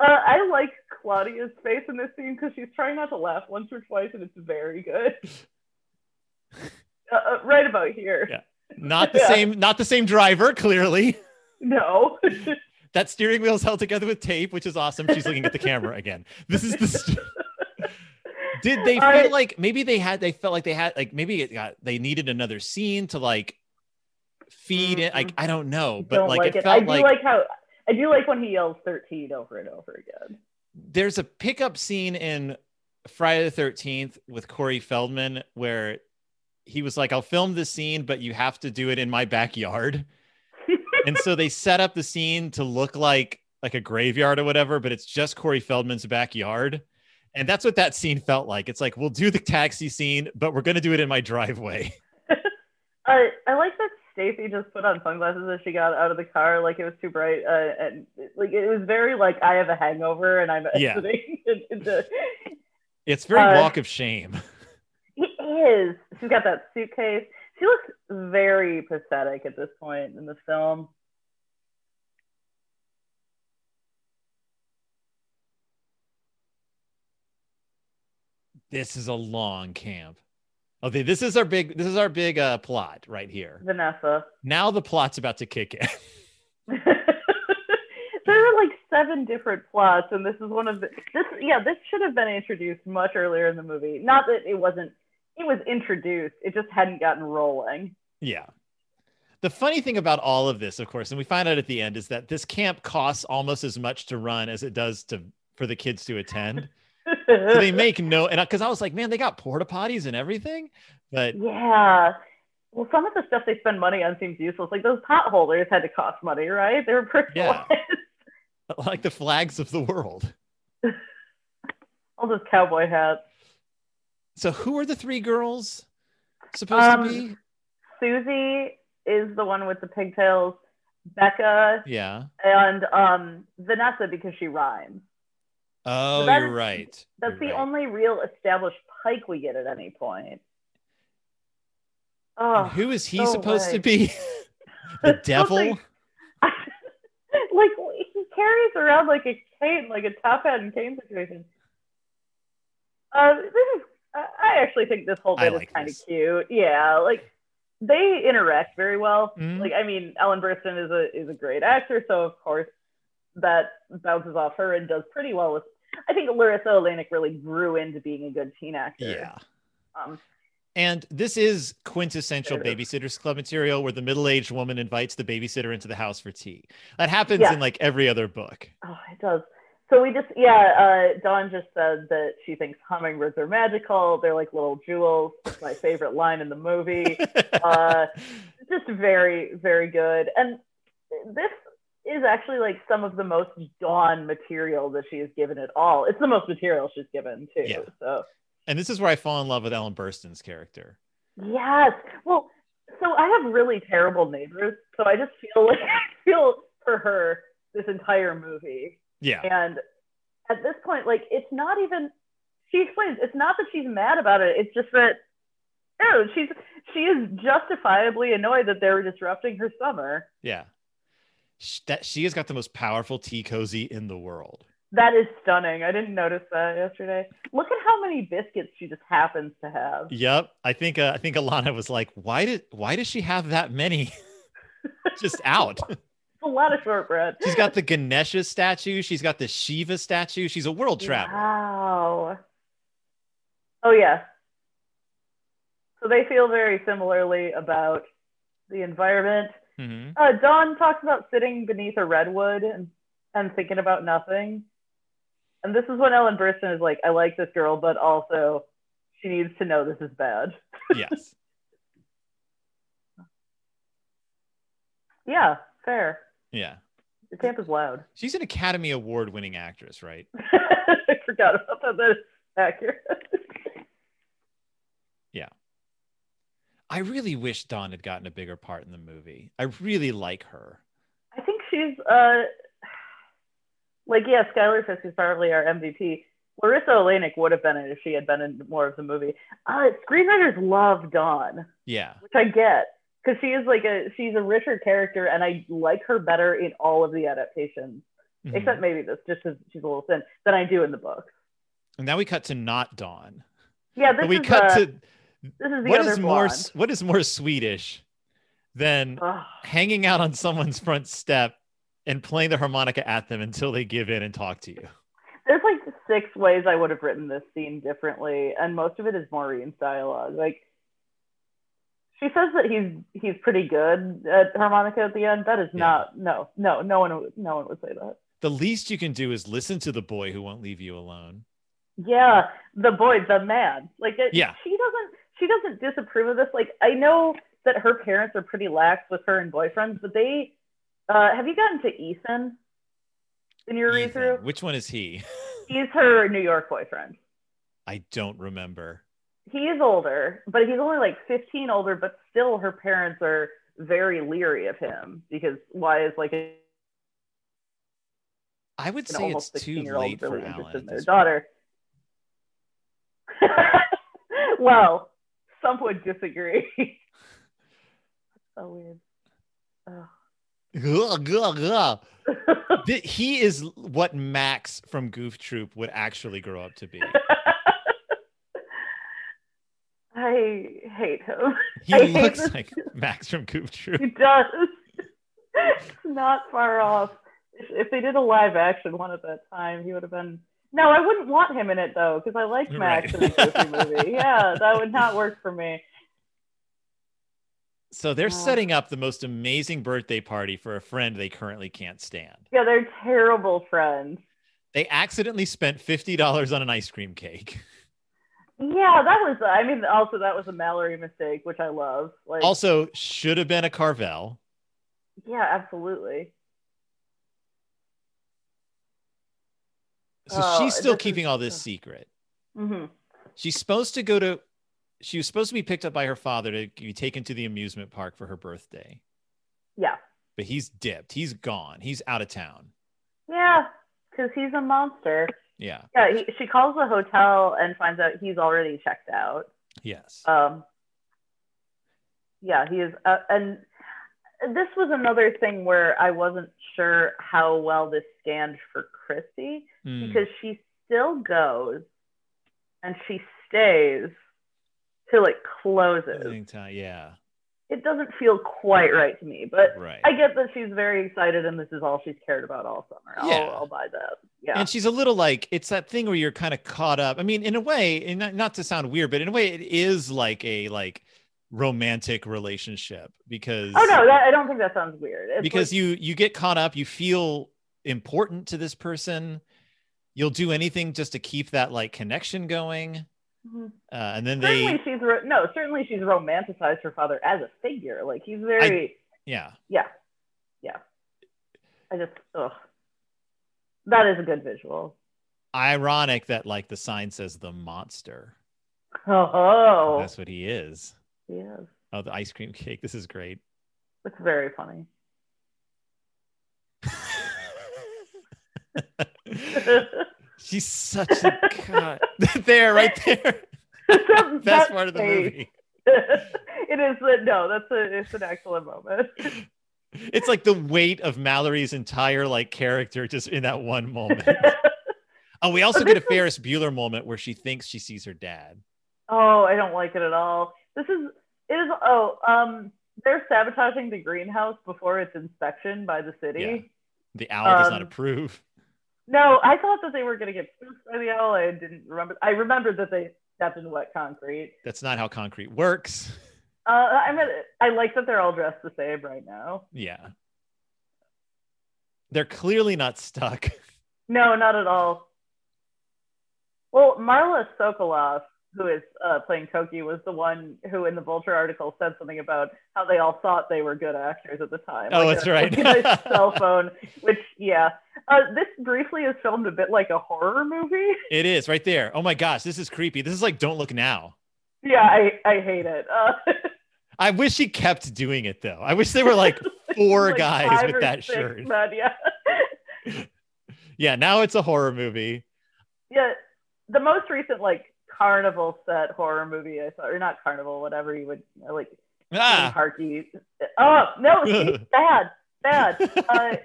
Uh, I like Claudia's face in this scene because she's trying not to laugh once or twice, and it's very good. Uh, uh, right about here. Yeah. Not the Yeah. same, not the same driver, clearly. No. That steering wheel is held together with tape, which is awesome. She's looking at the camera again. This is the st- Did they feel I- like maybe they had they felt like they had like maybe it got they needed another scene to like feed it. Like I don't know, but Mm-hmm. Don't like, it, I felt do like, like, how I do like when he yells 13 over and over again. there's a pickup scene in Friday the Thirteenth with Corey Feldman where he was like, "I'll film this scene, but you have to do it in my backyard." and so they set up the scene to look like like a graveyard or whatever, but it's just Corey Feldman's backyard. And that's what that scene felt like. It's like, we'll do the taxi scene, but we're going to do it in my driveway. I I like that Stacy just put on sunglasses as she got out of the car, like it was too bright, uh, and like it was very like I have a hangover and I'm Yeah. exiting. into- It's very Uh, walk of shame. He is. She's got that suitcase. She looks very pathetic at this point in the film. This is a long camp. Okay, this is our big this is our big uh, plot right here. Vanessa. Now the plot's about to kick in. there are like seven different plots, and this is one of the this. Yeah, this should have been introduced much earlier in the movie. Not that it wasn't. It was introduced. It just hadn't gotten rolling. Yeah. The funny thing about all of this, of course, and we find out at the end, is that this camp costs almost as much to run as it does to for the kids to attend. So they make no, and because I was like, man, they got porta potties and everything, but Yeah. Well, some of the stuff they spend money on seems useless. Like those pot holders had to cost money, right? They were personalized. like the flags of the world. All those cowboy hats. So who are the three girls supposed Um, to be? Susie is the one with the pigtails. Becca Yeah. and um, Vanessa because she rhymes. Oh, that you're is- right. That's You're the right. only real established pike we get at any point. And Oh, Who is he no supposed way. to be? the Something- devil? like he carries around like a cane, like a top hat and cane situation. Uh, this is. I I actually think this whole I bit like is kind of this. cute. Yeah, like they interact very well. Mhm. Like I mean, Ellen Burstyn is a is a great actor, so of course that bounces off her and does pretty well with. I think Larissa Olenek really grew into being a good teen actor. Yeah. Um, And this is quintessential Sure. babysitters club material where the middle-aged woman invites the babysitter into the house for tea. That happens Yeah. in like every other book. Oh, it does. So we just, yeah, uh, Dawn just said that she thinks hummingbirds are magical. They're like little jewels. It's my favorite line in the movie. Uh, just very, very good. And this is actually like some of the most Dawn material that she has given at all. It's the most material she's given, too. Yeah. So, and this is where I fall in love with Ellen Burstyn's character. yes. Well, so I have really terrible neighbors. So I just feel like, I feel for her this entire movie. Yeah. And at this point, like it's not even she explains it's not that she's mad about it. It's just that oh, she's she is justifiably annoyed that they were disrupting her summer. Yeah. Sh- That she has got the most powerful tea cozy in the world. That is stunning. I didn't notice that yesterday. Look at how many biscuits she just happens to have. Yep. I think uh, I think Alana was like, why did why does she have that many? Just out. It's a lot of shortbread. She's got the Ganesha statue. She's got the Shiva statue. She's a world traveler. Wow. Oh yeah. So they feel very similarly about the environment. Mhm. Uh, Don talks about sitting beneath a redwood and, and thinking about nothing. And this is when Ellen Burstyn is like, I like this girl, but also she needs to know this is bad. Yes. Yeah, fair. Yeah. The camp is loud. She's an Academy Award winning actress, right? I forgot about that. That is accurate. I really wish Dawn had gotten a bigger part in the movie. I really like her. I think she's, uh, like, yeah, Skylar Fisk is probably our MVP. Larissa Olenek would have been it if she had been in more of the movie. Uh, screenwriters love Dawn. Yeah. which I get because she is like a she's a richer character, and I like her better in all of the adaptations, Mhm. except maybe this, just 'cause she's a little thin than I do in the book. and now we cut to not Dawn. Yeah, this But we is cut uh, to this is the what other is more blonde. what is more Swedish than Ugh. hanging out on someone's front step and playing the harmonica at them until they give in and talk to you. There's like six ways I would have written this scene differently, and most of it is Maureen's dialogue. Like she says that he's he's pretty good at harmonica at the end. That is Yeah. not no no no one would- no one would say that. The least you can do is listen to the boy who won't leave you alone. Yeah, the boy, the man. Like it, Yeah. she doesn't she doesn't disapprove of this. Like I know that her parents are pretty lax with her and boyfriends, but they uh have you gotten to Ethan in your read Ethan, through? which one is he? He's her New York boyfriend. I don't remember. He is older, but he's only like 15 older, but still her parents are very leery of him because why is like an I would say it's almost too 16 year old late for really Alan. interested in at their this daughter? well, some would disagree. so weird. Ugh. point. Ugh, ugh, ugh. Th- he is what Max from Goof Troop would actually grow up to be. I hate him. He I hate looks this. like Max from Goof Troop. He does. It's Not far off. If, if they did a live action one at that time, he would have been. No, I wouldn't want him in it though, because I like Right. Max in the goofy movie. Yeah, that would not work for me. So they're Uh. setting up the most amazing birthday party for a friend they currently can't stand. Yeah, they're terrible friends. They accidentally spent $50 on an ice cream cake. Yeah, that was. I mean, also that was a Mallory mistake, which I love. Like, Also, should have been a Carvel. yeah, absolutely. So Oh, she's still this is- keeping all this ugh. secret. hmm She's supposed to go to, she was supposed to be picked up by her father to be taken to the amusement park for her birthday. Yeah, But he's dipped. He's gone. He's out of town. yeah, because he's a monster. Yeah. Yeah, he, she calls the hotel and finds out he's already checked out. Yes. Um, yeah, he is, uh, and this was another thing where I wasn't sure how well this scanned for Chrissy Mm. because she still goes and she stays till it closes. Closing time, yeah. It doesn't feel quite right to me, but Right. I get that she's very excited and this is all she's cared about all summer. I'll, Yeah. I'll buy that. Yeah. And she's a little like it's that thing where you're kind of caught up. I mean, in a way, and not, not to sound weird, but in a way, it is like a like romantic relationship because oh no, that, I don't think that sounds weird. It's because like- you you get caught up you feel important to this person you'll do anything just to keep that like connection going Mhm. uh, and then certainly they she's ro- no, certainly she's romanticized her father as a figure. Like he's very. yeah Yeah. Yeah. I just ugh. That is a good visual. ironic that like the sign says the monster Oh, that's what he is yes. oh the ice cream cake this is great It's very funny. she's such a god there right there That- best that part of the face. movie it is the, no, that's a it's an excellent moment. it's like the weight of mallory's entire like character just in that one moment Oh, we also But get a this Ferris Bueller moment where she thinks she sees her dad. oh, I don't like it at all. This is it is oh, um they're sabotaging the greenhouse before its inspection by the city. Yeah. The owl does not Um, approve. No, I thought that they were going to get spooked by the owl. I didn't remember. I remembered that they stepped in wet concrete. That's not how concrete works. Uh, I mean, I like that they're all dressed the same right now. Yeah. They're clearly not stuck. No, not at all. Well, Marla Sokolov, who is uh, playing Toki, was the one who in the Vulture article said something about how they all thought they were good actors at the time. Oh, that's a- right. a cell phone, which, yeah. Uh, this briefly is filmed a bit like a horror movie. It is right there. Oh my gosh, this is creepy. This is like Don't Look Now. yeah, I, I hate it. Uh, I wish she kept doing it though. I wish they were like four like guys five with or that six shirt. men, yeah. Yeah, now it's a horror movie. yeah, the most recent like carnival set horror movie I saw, or not carnival, whatever you would like Ah. Harky. Oh no, see, bad, bad. Uh,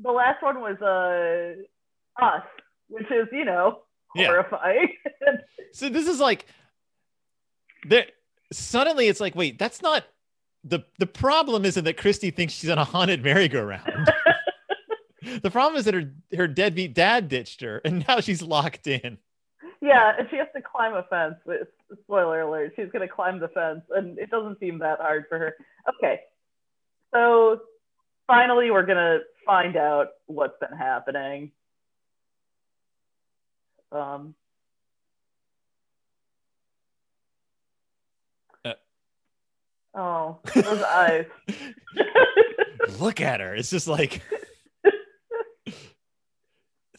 the last one was uh, Us, which is you know Yeah. horrifying. so this is like there suddenly it's like wait that's not the the problem isn't that christy thinks she's on a haunted merry-go-round the problem is that her her deadbeat dad ditched her and now she's locked in yeah, and she has to climb a fence. With spoiler alert, she's gonna climb the fence, and it doesn't seem that hard for her. Okay, so finally we're gonna find out what's been happening. Um, Uh. Oh, those eyes. look at her it's just like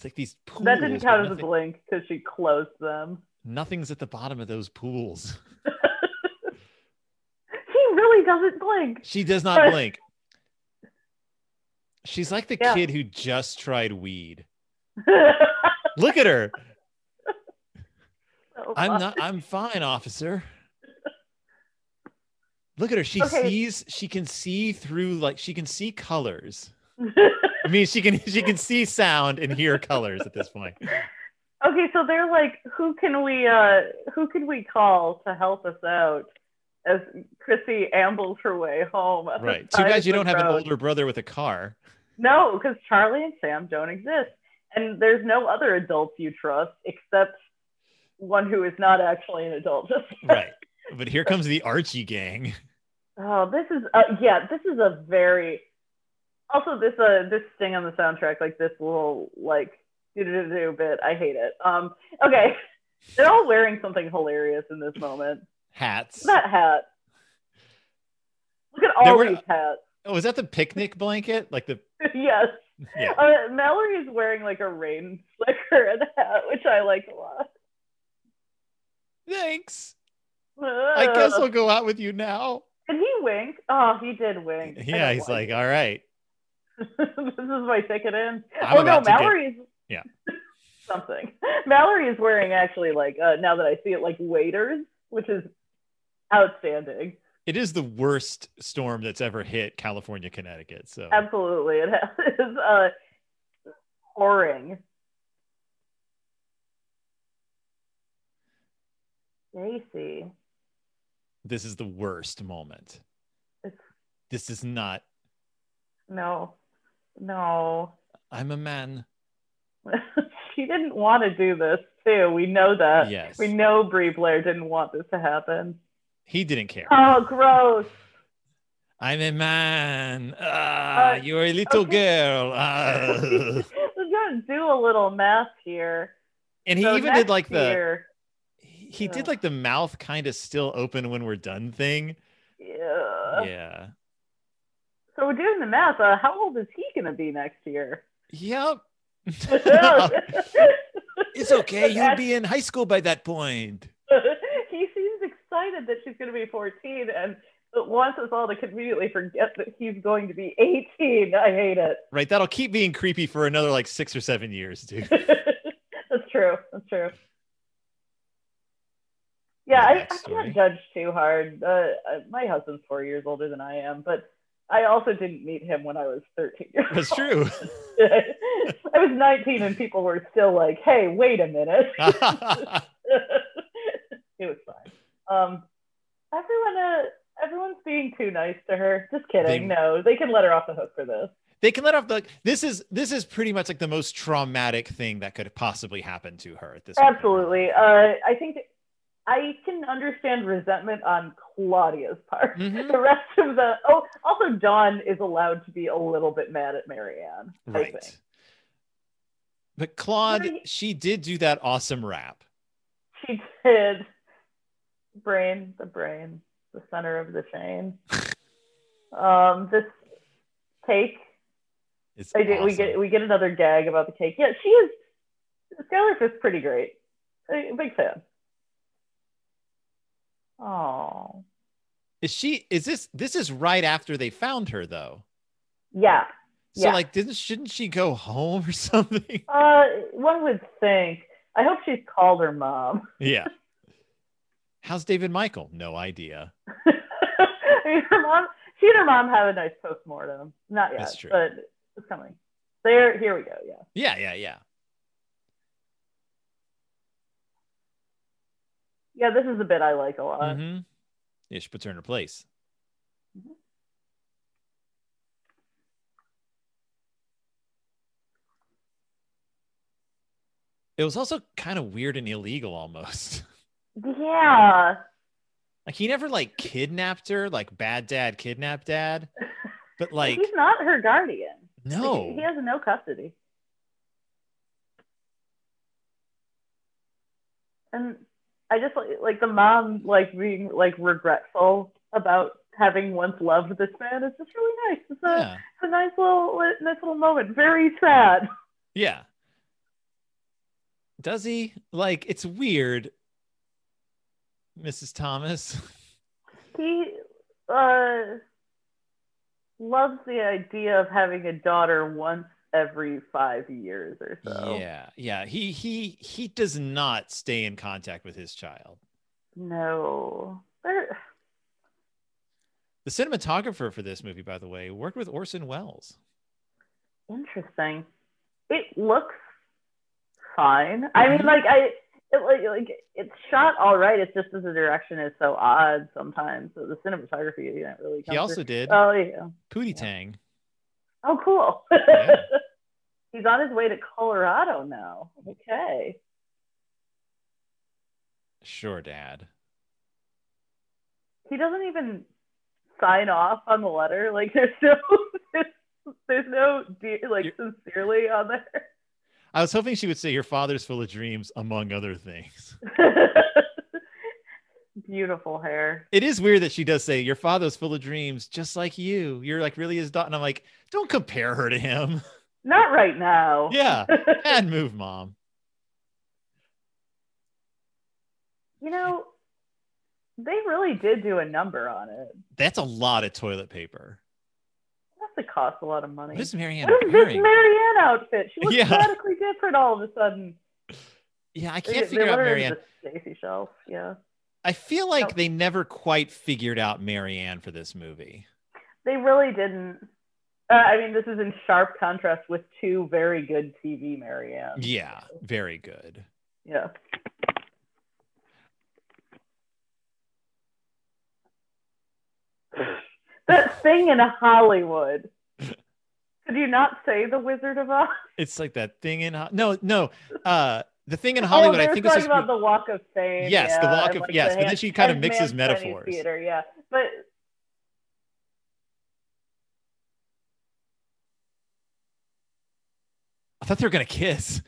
it's like these pools That didn't but count as a nothing- blink because she closed them. nothing's at the bottom of those pools He really doesn't blink. She does But- not blink. She's like the Yeah. kid who just tried weed. Look at her. I'm not I'm fine, officer. Look at her. She Okay. sees she can see through like she can see colors. I mean, she can she can see sound and hear colors at this point. okay, so they're like, who can we uh who can we call to help us out as Chrissy ambles her way home? at the Right. Too side bad of you the don't have an road? older brother with a car. No, because Charlie and Sam don't exist. And there's no other adults you trust except one who is not actually an adult. Right. But here comes the Archie gang. Oh, this is uh, yeah, this is a very also this uh this thing on the soundtrack like this little like do do do bit. I hate it. Um, okay, they're all wearing something hilarious in this moment. Hats. That hat. Look at There all were- these hats. Oh, is that the picnic blanket? Like the yes, yeah. uh, Mallory is wearing like a rain slicker and hat, which I like a lot. Thanks. I guess I'll go out with you now. Did he wink? Oh, he did wink. I Yeah, don't he's like like, all right. this is my ticket in. I'm oh no, about to get- Mallory's Yeah. something. Mallory is wearing actually like uh, now that I see it like waiters, which is outstanding. it is the worst storm that's ever hit California, Connecticut. So Absolutely. It is uh, pouring. Stacy. this is the worst moment. It's- This is not. No. No. I'm a man. she didn't want to do this too. We know that. Yes. We know Brie Blair didn't want this to happen. He didn't care. Oh, gross. I'm a man. Ah, Uh, you're a little okay. girl. We're Ah. gonna do a little math here. and he So even did next like the year- he Ugh. did like the mouth kind of still open when we're done thing. yeah. yeah. So we're doing the math. Uh, how old is he gonna be next year? Yep. he it's okay. You'll That's- be in high school by that point. seems excited that she's gonna be 14 and wants us all to conveniently forget that he's going to be 18. I hate it. Right. That'll keep being creepy for another like six or seven years, dude. That's true. That's true. Yeah, I, I Backstory. can't judge too hard. Uh, uh, my husband's four years older than I am, but I also didn't meet him when I was 13 years That's true. old. I was 19 and people were still like, hey, wait a minute. Ah. it was fine. Um, everyone, uh, everyone's being too nice to her. Just kidding. They- no, they can let her off the hook for this. they can let off the this is this is pretty much like the most traumatic thing that could possibly happen to her at this point. Absolutely. Uh, I think I can understand resentment on Claudia's part. Mhm. The rest of the oh, also Dawn is allowed to be a little bit mad at Marianne. I think. Right. But Claude, Right. she did do that awesome rap. She did. Brain, the brain, the center of the chain. um, this cake. It's I did, We awesome. get we get another gag about the cake. Yeah, she is. Skylar Fist's pretty great. I- Big fan. Oh. Is she is this this is right after they found her though? Yeah. So Yeah. like didn't shouldn't she go home or something? Uh, one would think. I hope she's called her mom. yeah. How's David Michael? No idea. I mean, her mom. She and her mom have a nice postmortem. Not yet, That's true. but it's coming. There, here we go. Yeah. Yeah, yeah, yeah. Yeah, this is a bit I like a lot. hmm Yeah, she puts her in her place. Mhm. It was also kind of weird and illegal almost. Mm-hmm. Yeah. Like he never like kidnapped her, like bad dad kidnapped dad. But like he's not her guardian. Like, no. he has no custody. And I just like like the mom like being like regretful about having once loved this man. It's just really nice. It's a, Yeah. it's a nice little nice little moment. Very sad. Yeah. Does he? Like it's weird. Mrs. Thomas. He uh, loves the idea of having a daughter once every five years or so. Yeah. Yeah. He he he does not stay in contact with his child. No. They're- The cinematographer for this movie, by the way, worked with Orson Welles. Interesting. It looks fine. I Mm-hmm. mean, like I, it, like like it's shot all right. It's just that the direction is so odd sometimes. So the cinematography you know, really. He comes also did through. Oh yeah. Pootie yeah. Tang. Oh cool. Yeah. He's on his way to Colorado now. Okay. Sure, Dad. He doesn't even sign off on the letter. Like there's no. there's- There's no de- like sincerely on there. I was hoping she would say your father's full of dreams, among other things. Beautiful hair. It is weird that she does say your father's full of dreams, just like you. You're like really his daughter. And I'm like, don't compare her to him. Not right now. yeah. Bad move, mom. You know, they really did do a number on it. That's a lot of toilet paper. That to cost a lot of money. What is Marianne What is this wearing? Marianne outfit? She looks Yeah. radically different all of a sudden. yeah, I They- can't they figure out let her Marianne. into the Stacy shelf. Yeah. I feel like they never quite figured out Marianne for this movie. They really didn't. Uh, I mean, this is in sharp contrast with two very good TV Marianne. Yeah, very good. Yeah. that thing in Hollywood. Could you not say the Wizard of Oz? It's like that thing in Ho- no, no. Uh, the thing in Hollywood. oh, they I were think was talking this about the Walk of Fame. Yes, the yeah, Walk and, of- like, yes, the but then hand- she kinda and mixes Man's Chinese metaphors. Theater, yeah, but I thought they were gonna kiss.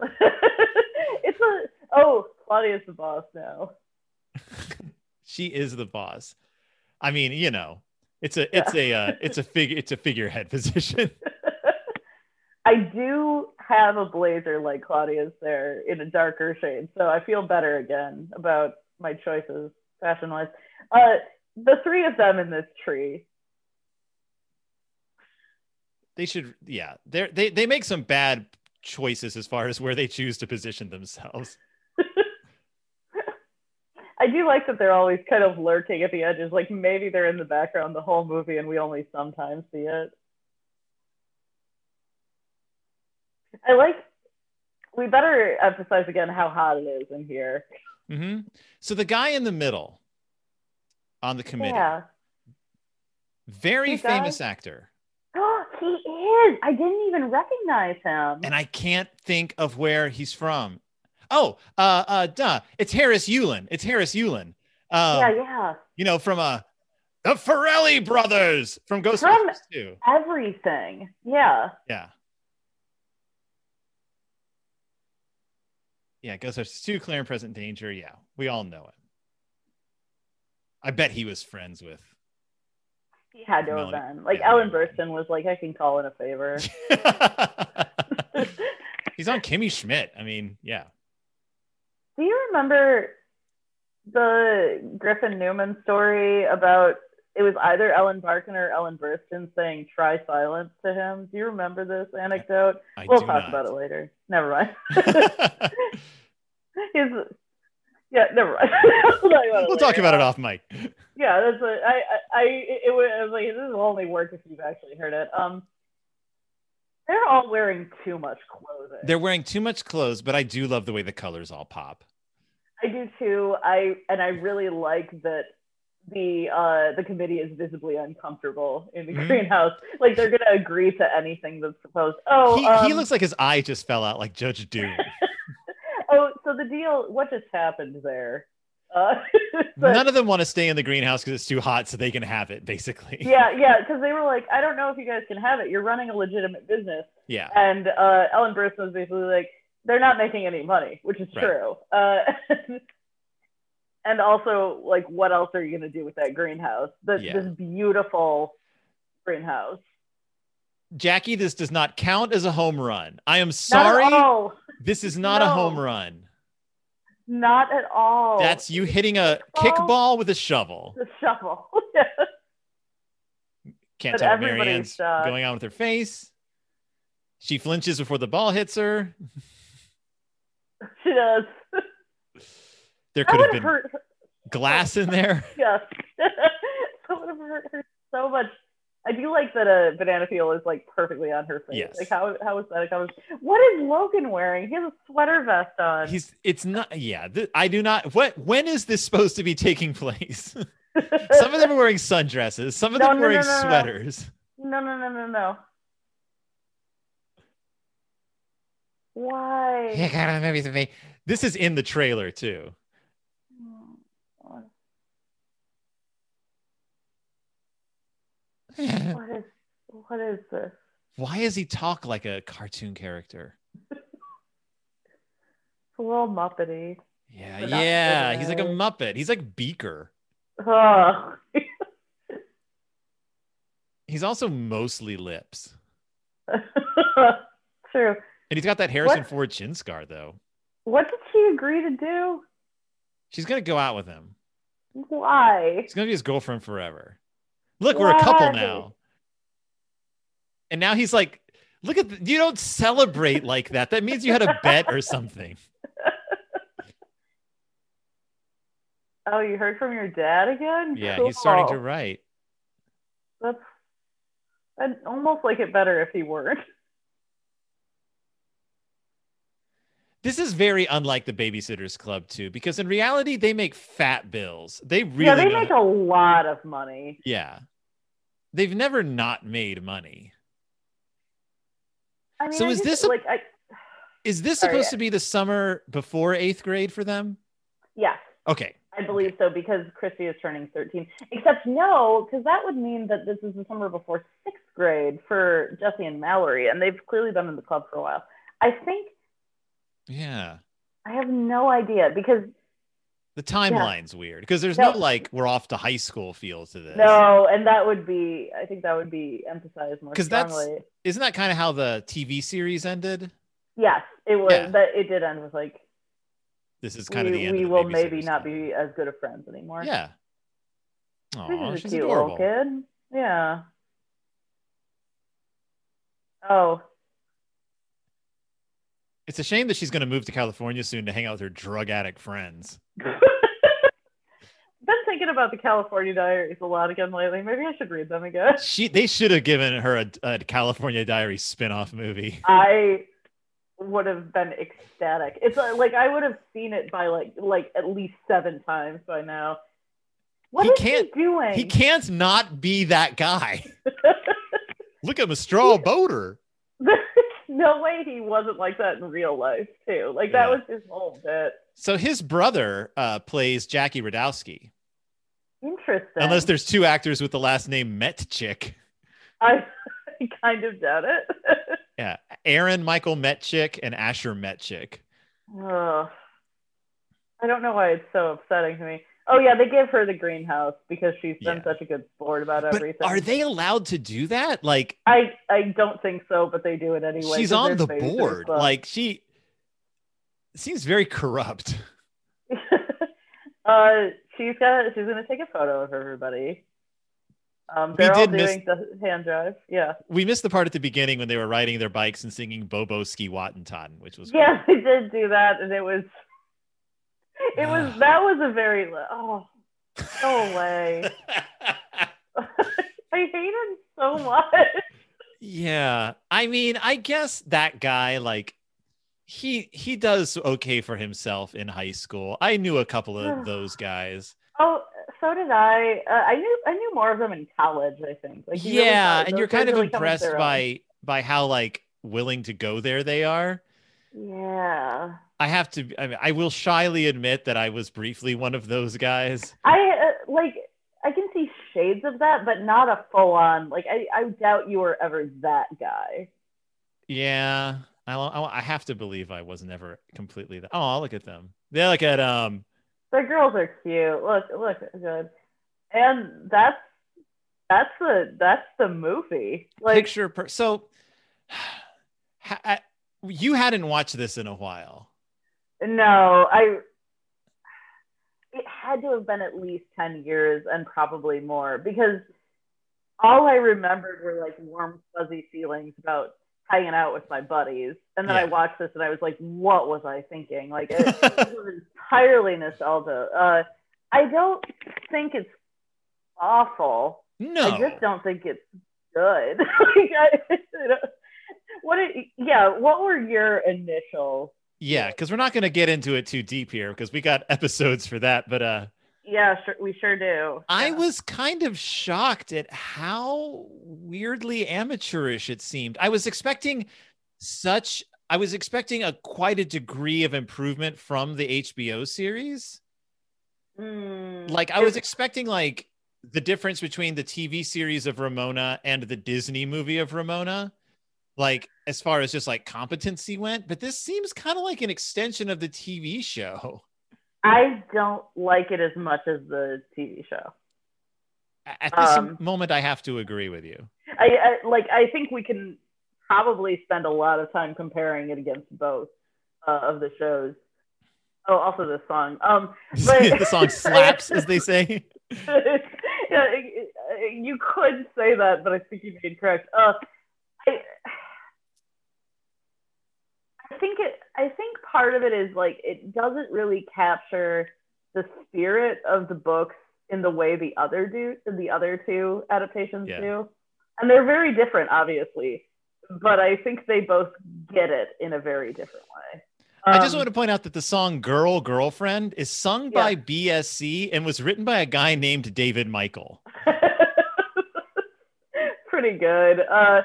it's a oh Claudia's the boss now. She is the boss. I mean, you know, it's a it's a uh, it's a fig it's a figurehead position. I do have a blazer like Claudia's there in a darker shade, so I feel better again about my choices fashion wise. Uh, the three of them in this tree. they should yeah they're, they they make some bad choices as far as where they choose to position themselves I do like that they're always kind of lurking at the edges. Like maybe they're in the background the whole movie and we only sometimes see it. I like, we better emphasize again how hot it is in here. hmm so the guy in the middle on the committee Yeah. very The guy? famous actor he is. I didn't even recognize him. and i can't think of where he's from oh uh uh duh it's harris Yulin. it's harris Yulin. um yeah, yeah. you know from uh the Ferrelli brothers from From- Ghostbusters too. Everything. Yeah. Yeah. Yeah, Ghostbusters 2, Clear and Present Danger. Yeah, we all know it. I bet he was friends with. He had to have Melanie- been. Like yeah, Ellen Melanie. Burstyn was like, I can call in a favor. He's on Kimmy Schmidt. I mean, yeah. Do you remember the Griffin Newman story about it was either Ellen Barkin or Ellen Burstyn saying try silence to him? Do you remember this anecdote? I we'll do talk not. about it later. Never mind. we'll His, yeah, never mind. we'll talk about it. talk later. about it off mic. Yeah, that's what I, I, I, it was, I was like, this will only work if you've actually heard it. Um, they're all wearing too much clothing. They're wearing too much clothes, but I do love the way the colors all pop. I do too. I and I really like that the uh, the committee is visibly uncomfortable in the Mhm. greenhouse. Like they're gonna agree to anything that's proposed. Oh, he, he um, looks like his eye just fell out like Judge Doom. oh. So the deal. What just happened there? Uh, but- None of them want to stay in the greenhouse because it's too hot, so they can have it, basically. yeah, yeah. Because they were like, I don't know if you guys can have it. You're running a legitimate business. Yeah. And uh, Ellen Burstyn was basically like, they're not making any money, which is Right. true. Uh, and also, like, what else are you going to do with that greenhouse? This, Yeah. this beautiful greenhouse. Jackie, this does not count as a home run. I am Not at sorry. all. This is not a No. home run. Not at all. That's you hitting a Kickball. kickball with a shovel. the shovel. Can't But tell what everybody's, Marianne's uh, going on with her face. She flinches before the ball hits her. she does. There That could would have been hurt. her- glass in there. Yes. that would have hurt her so much. I do like that a banana peel is like perfectly on her face. Yes. Like how how is that accomplished? What is Logan wearing? He has a sweater vest on. He's it's not yeah, th- I do not what when is this supposed to be taking place? some of them are wearing sundresses, some of No, them are no, no, wearing no, no. sweaters. No, no, no, no, no. Why? Yeah, God, that movie's amazing. This is in the trailer too. What is what is this? Why does he talk like a cartoon character? It's a little muppety. Yeah, But not yeah. He's like a really. Muppet. He's like Beaker. Ugh. He's also mostly lips. True. And he's got that Harrison What? Ford chin scar, though. What did she agree to do? She's going to go out with him. Why? She's going to be his girlfriend forever. Look, we're a couple Why? now. And now he's like, look at, th- you don't celebrate like that. That means you had a bet or something. Oh, you heard from your dad again? Yeah, he's starting to Cool. write. That's I'd almost like it better if he weren't. This is very unlike the Babysitters Club too, because in reality they make fat bills. They really yeah, they know- make a lot of money. yeah. They've never not made money. I mean, So I is just- this a- like I Is this Sorry, supposed I- to be the summer before eighth grade for them? yes, Okay. I believe so because Christy is turning 13. Except no, because that would mean that this is the summer before sixth grade for Jesse and Mallory, and they've clearly been in the club for a while. I think Yeah. I have no idea because The timeline's weird because there's no, No. like we're off to high school feel to this. no, and that would be I think that would be emphasized more 'Cause that's- strongly. Isn't that kind of how the TV series ended? Yes, it was Yeah. that it did end with like This is kind we, of the end. we of the will Babysitters maybe not Club. be as good of friends anymore. Yeah. This Aw, is a she's cute adorable. little kid. Yeah. Oh, It's a shame that she's going to move to California soon to hang out with her drug addict friends. been thinking about the California Diaries a lot again lately. Maybe I should read them again. She they should have given her a, a California Diary spin-off movie. I would have been ecstatic. It's uh, like I would have seen it by like like at least seven times by now. What He is can't- he doing? He can't not be that guy. Look at him, a straw boater. There's no way he wasn't like that in real life too. Like that Yeah. was his whole bit. So his brother uh, plays Jackie Radowski. Interesting. Unless there's two actors with the last name Metchick. I I kind of doubt it. Yeah, Aaron Michael Metchick and Asher Metchick. Ugh. I don't know why it's so upsetting to me. Oh yeah, they gave her the greenhouse because she's been Yeah. such a good sport about But everything. are they allowed to do that? Like I I don't think so, but they do it anyway. she's 'cause on the they're babies, board. so- Like she seems very corrupt. uh, she's got she's gonna take a photo of everybody. Um, We they're all did doing miss- the hand drive. Yeah, We missed the part at the beginning when they were riding their bikes and singing Bobo Ski Watenton, which was yeah, they did do that, and it was it was that was a very oh no way. great. I hate him so much. yeah. I mean, I guess that guy like he he does okay for himself in high school. I knew a couple of those guys. Oh, so did I. Uh, I knew I knew more of them in college. I think. Like, you really yeah, started- and you're those guys kind of really come into impressed their own. by by how like willing to go there they are. Yeah, I have to. I mean, I will shyly admit that I was briefly one of those guys. I uh, like. I can see shades of that, but not a full on. Like, I, I doubt you were ever that guy. Yeah, I I I have to believe I was never completely that. Oh, look at them. They look at um. The girls are cute. Look, look, good. And that's that's the that's the movie. Like, picture per- so. ha- I- you hadn't watched this in a while. No, I. It had to have been at least 10 years and probably more because all I remembered were like warm, fuzzy feelings about hanging out with my buddies. And then I Yeah. watched this and I was like, what was I thinking? Like, it, this was entirely nostalgia. Uh, I don't think it's awful. I No, just don't think it's good. like, I, I don't- what? It, yeah. What were your initial yeah, because we're not going to get into it too deep here because we got episodes for that. But uh, Yeah, sure, we sure do. I Yeah. was kind of shocked at how weirdly amateurish it seemed. I was expecting such I was expecting a quite a degree of improvement from the HBO series. Mm. Like I was It- expecting like the difference between the TV series of Ramona and the Disney movie of Ramona. Like as far as just like competency went, but this seems kind of like an extension of the TV show. I don't like it as much as the TV show. A- At this Um, moment I have to agree with you. I, I like. I think we can probably spend a lot of time comparing it against both uh, of the shows. Oh, also this song. Um, but- the song slaps as they say. yeah, it- it- you could say that, but I think you'd be incorrect. Uh, I, I think it. I think part of it is like it doesn't really capture the spirit of the books in the way the other do the other two adaptations Yeah. do. And they're very different, obviously, but I think they both get it in a very different way. I just Um, want to point out that the song Girl Girlfriend is sung by BSC and was written by a guy named David Michael. pretty good. Uh,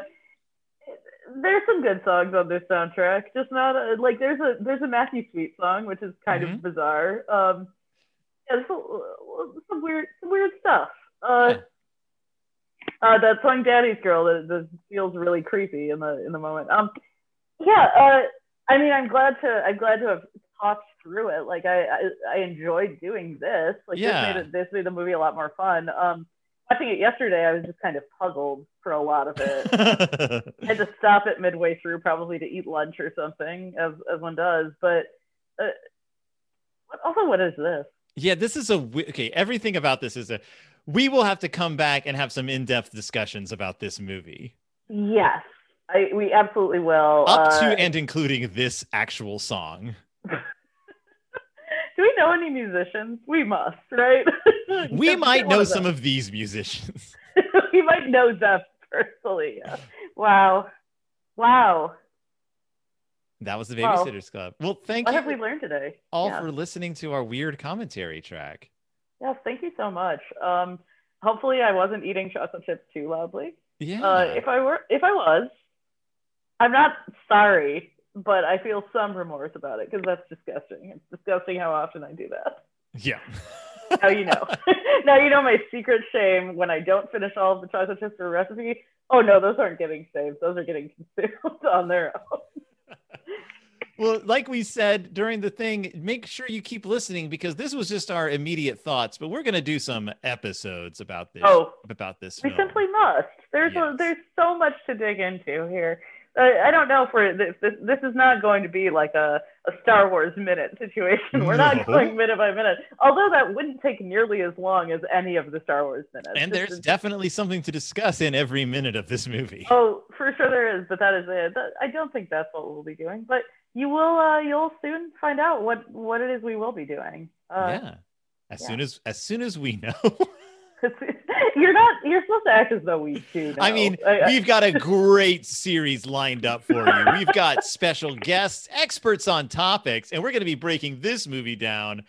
there's some good songs on this soundtrack. Just not uh like there's a there's a Matthew Sweet song which is kind Mhm. of bizarre. Um, yeah, there's some, some weird some weird stuff. Uh, uh, that song "Daddy's Girl" that, that feels really creepy in the in the moment. Um, yeah. Uh, I mean, I'm glad to I'm glad to have talked through it. Like I I, I enjoyed doing this. Like Yeah. this made it, this made the movie a lot more fun. Um, watching it yesterday, I was just kind of puzzled for a lot of it. I had to stop it midway through, probably to eat lunch or something, as as one does. But uh, what- also, what is this? yeah, this is a wi- okay. Everything about this is a. We will have to come back and have some in-depth discussions about this movie, Yes, I we absolutely will. up Uh, to and including this actual song. do we know any musicians? We must, right? We Just might one know of some them. of these musicians. we might know Zeph personally. yeah. Wow, wow. That was the Well, Babysitters Club. Well, thank What have we you learned today? all Yeah. for listening to our weird commentary track. Yes, thank you so much. Um, hopefully, I wasn't eating chocolate chips too loudly. Yeah. Uh, if I were, if I was, I'm not sorry, but I feel some remorse about it because that's disgusting. It's disgusting how often I do that. yeah. Now you know. now you know my secret shame when I don't finish all of the chocolate chips for a recipe. Oh no, those aren't getting saved. Those are getting consumed on their own. Well, like we said during the thing, make sure you keep listening because this was just our immediate thoughts, but we're going to do some episodes about this. Oh. about this. We film. simply must. There's Yes. a, there's so much to dig into here. Uh, I, I don't know if we're if this, this is not going to be like a, a Star Wars minute situation. We're No. not going minute by minute. Although that wouldn't take nearly as long as any of the Star Wars minutes. and This there's is- definitely something to discuss in every minute of this movie. oh for sure there is, but that is it. That- I don't think that's what we'll be doing. But you will uh, you'll soon find out what what it is we will be doing. Uh, yeah. As yeah. soon as as soon as we know. You're not. You're supposed to act as though we do. I know. mean, I- we've got a great series lined up for you. We've got special guests, experts on topics, and we're going to be breaking this movie down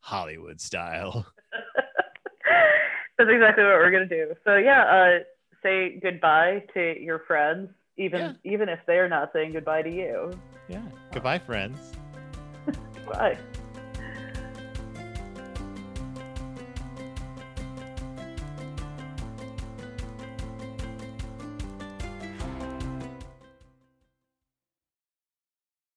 Hollywood style. That's exactly what we're gonna do. So yeah, uh, say goodbye to your friends, even Yeah. even if they're not saying goodbye to you. Yeah. Goodbye, friends. Bye.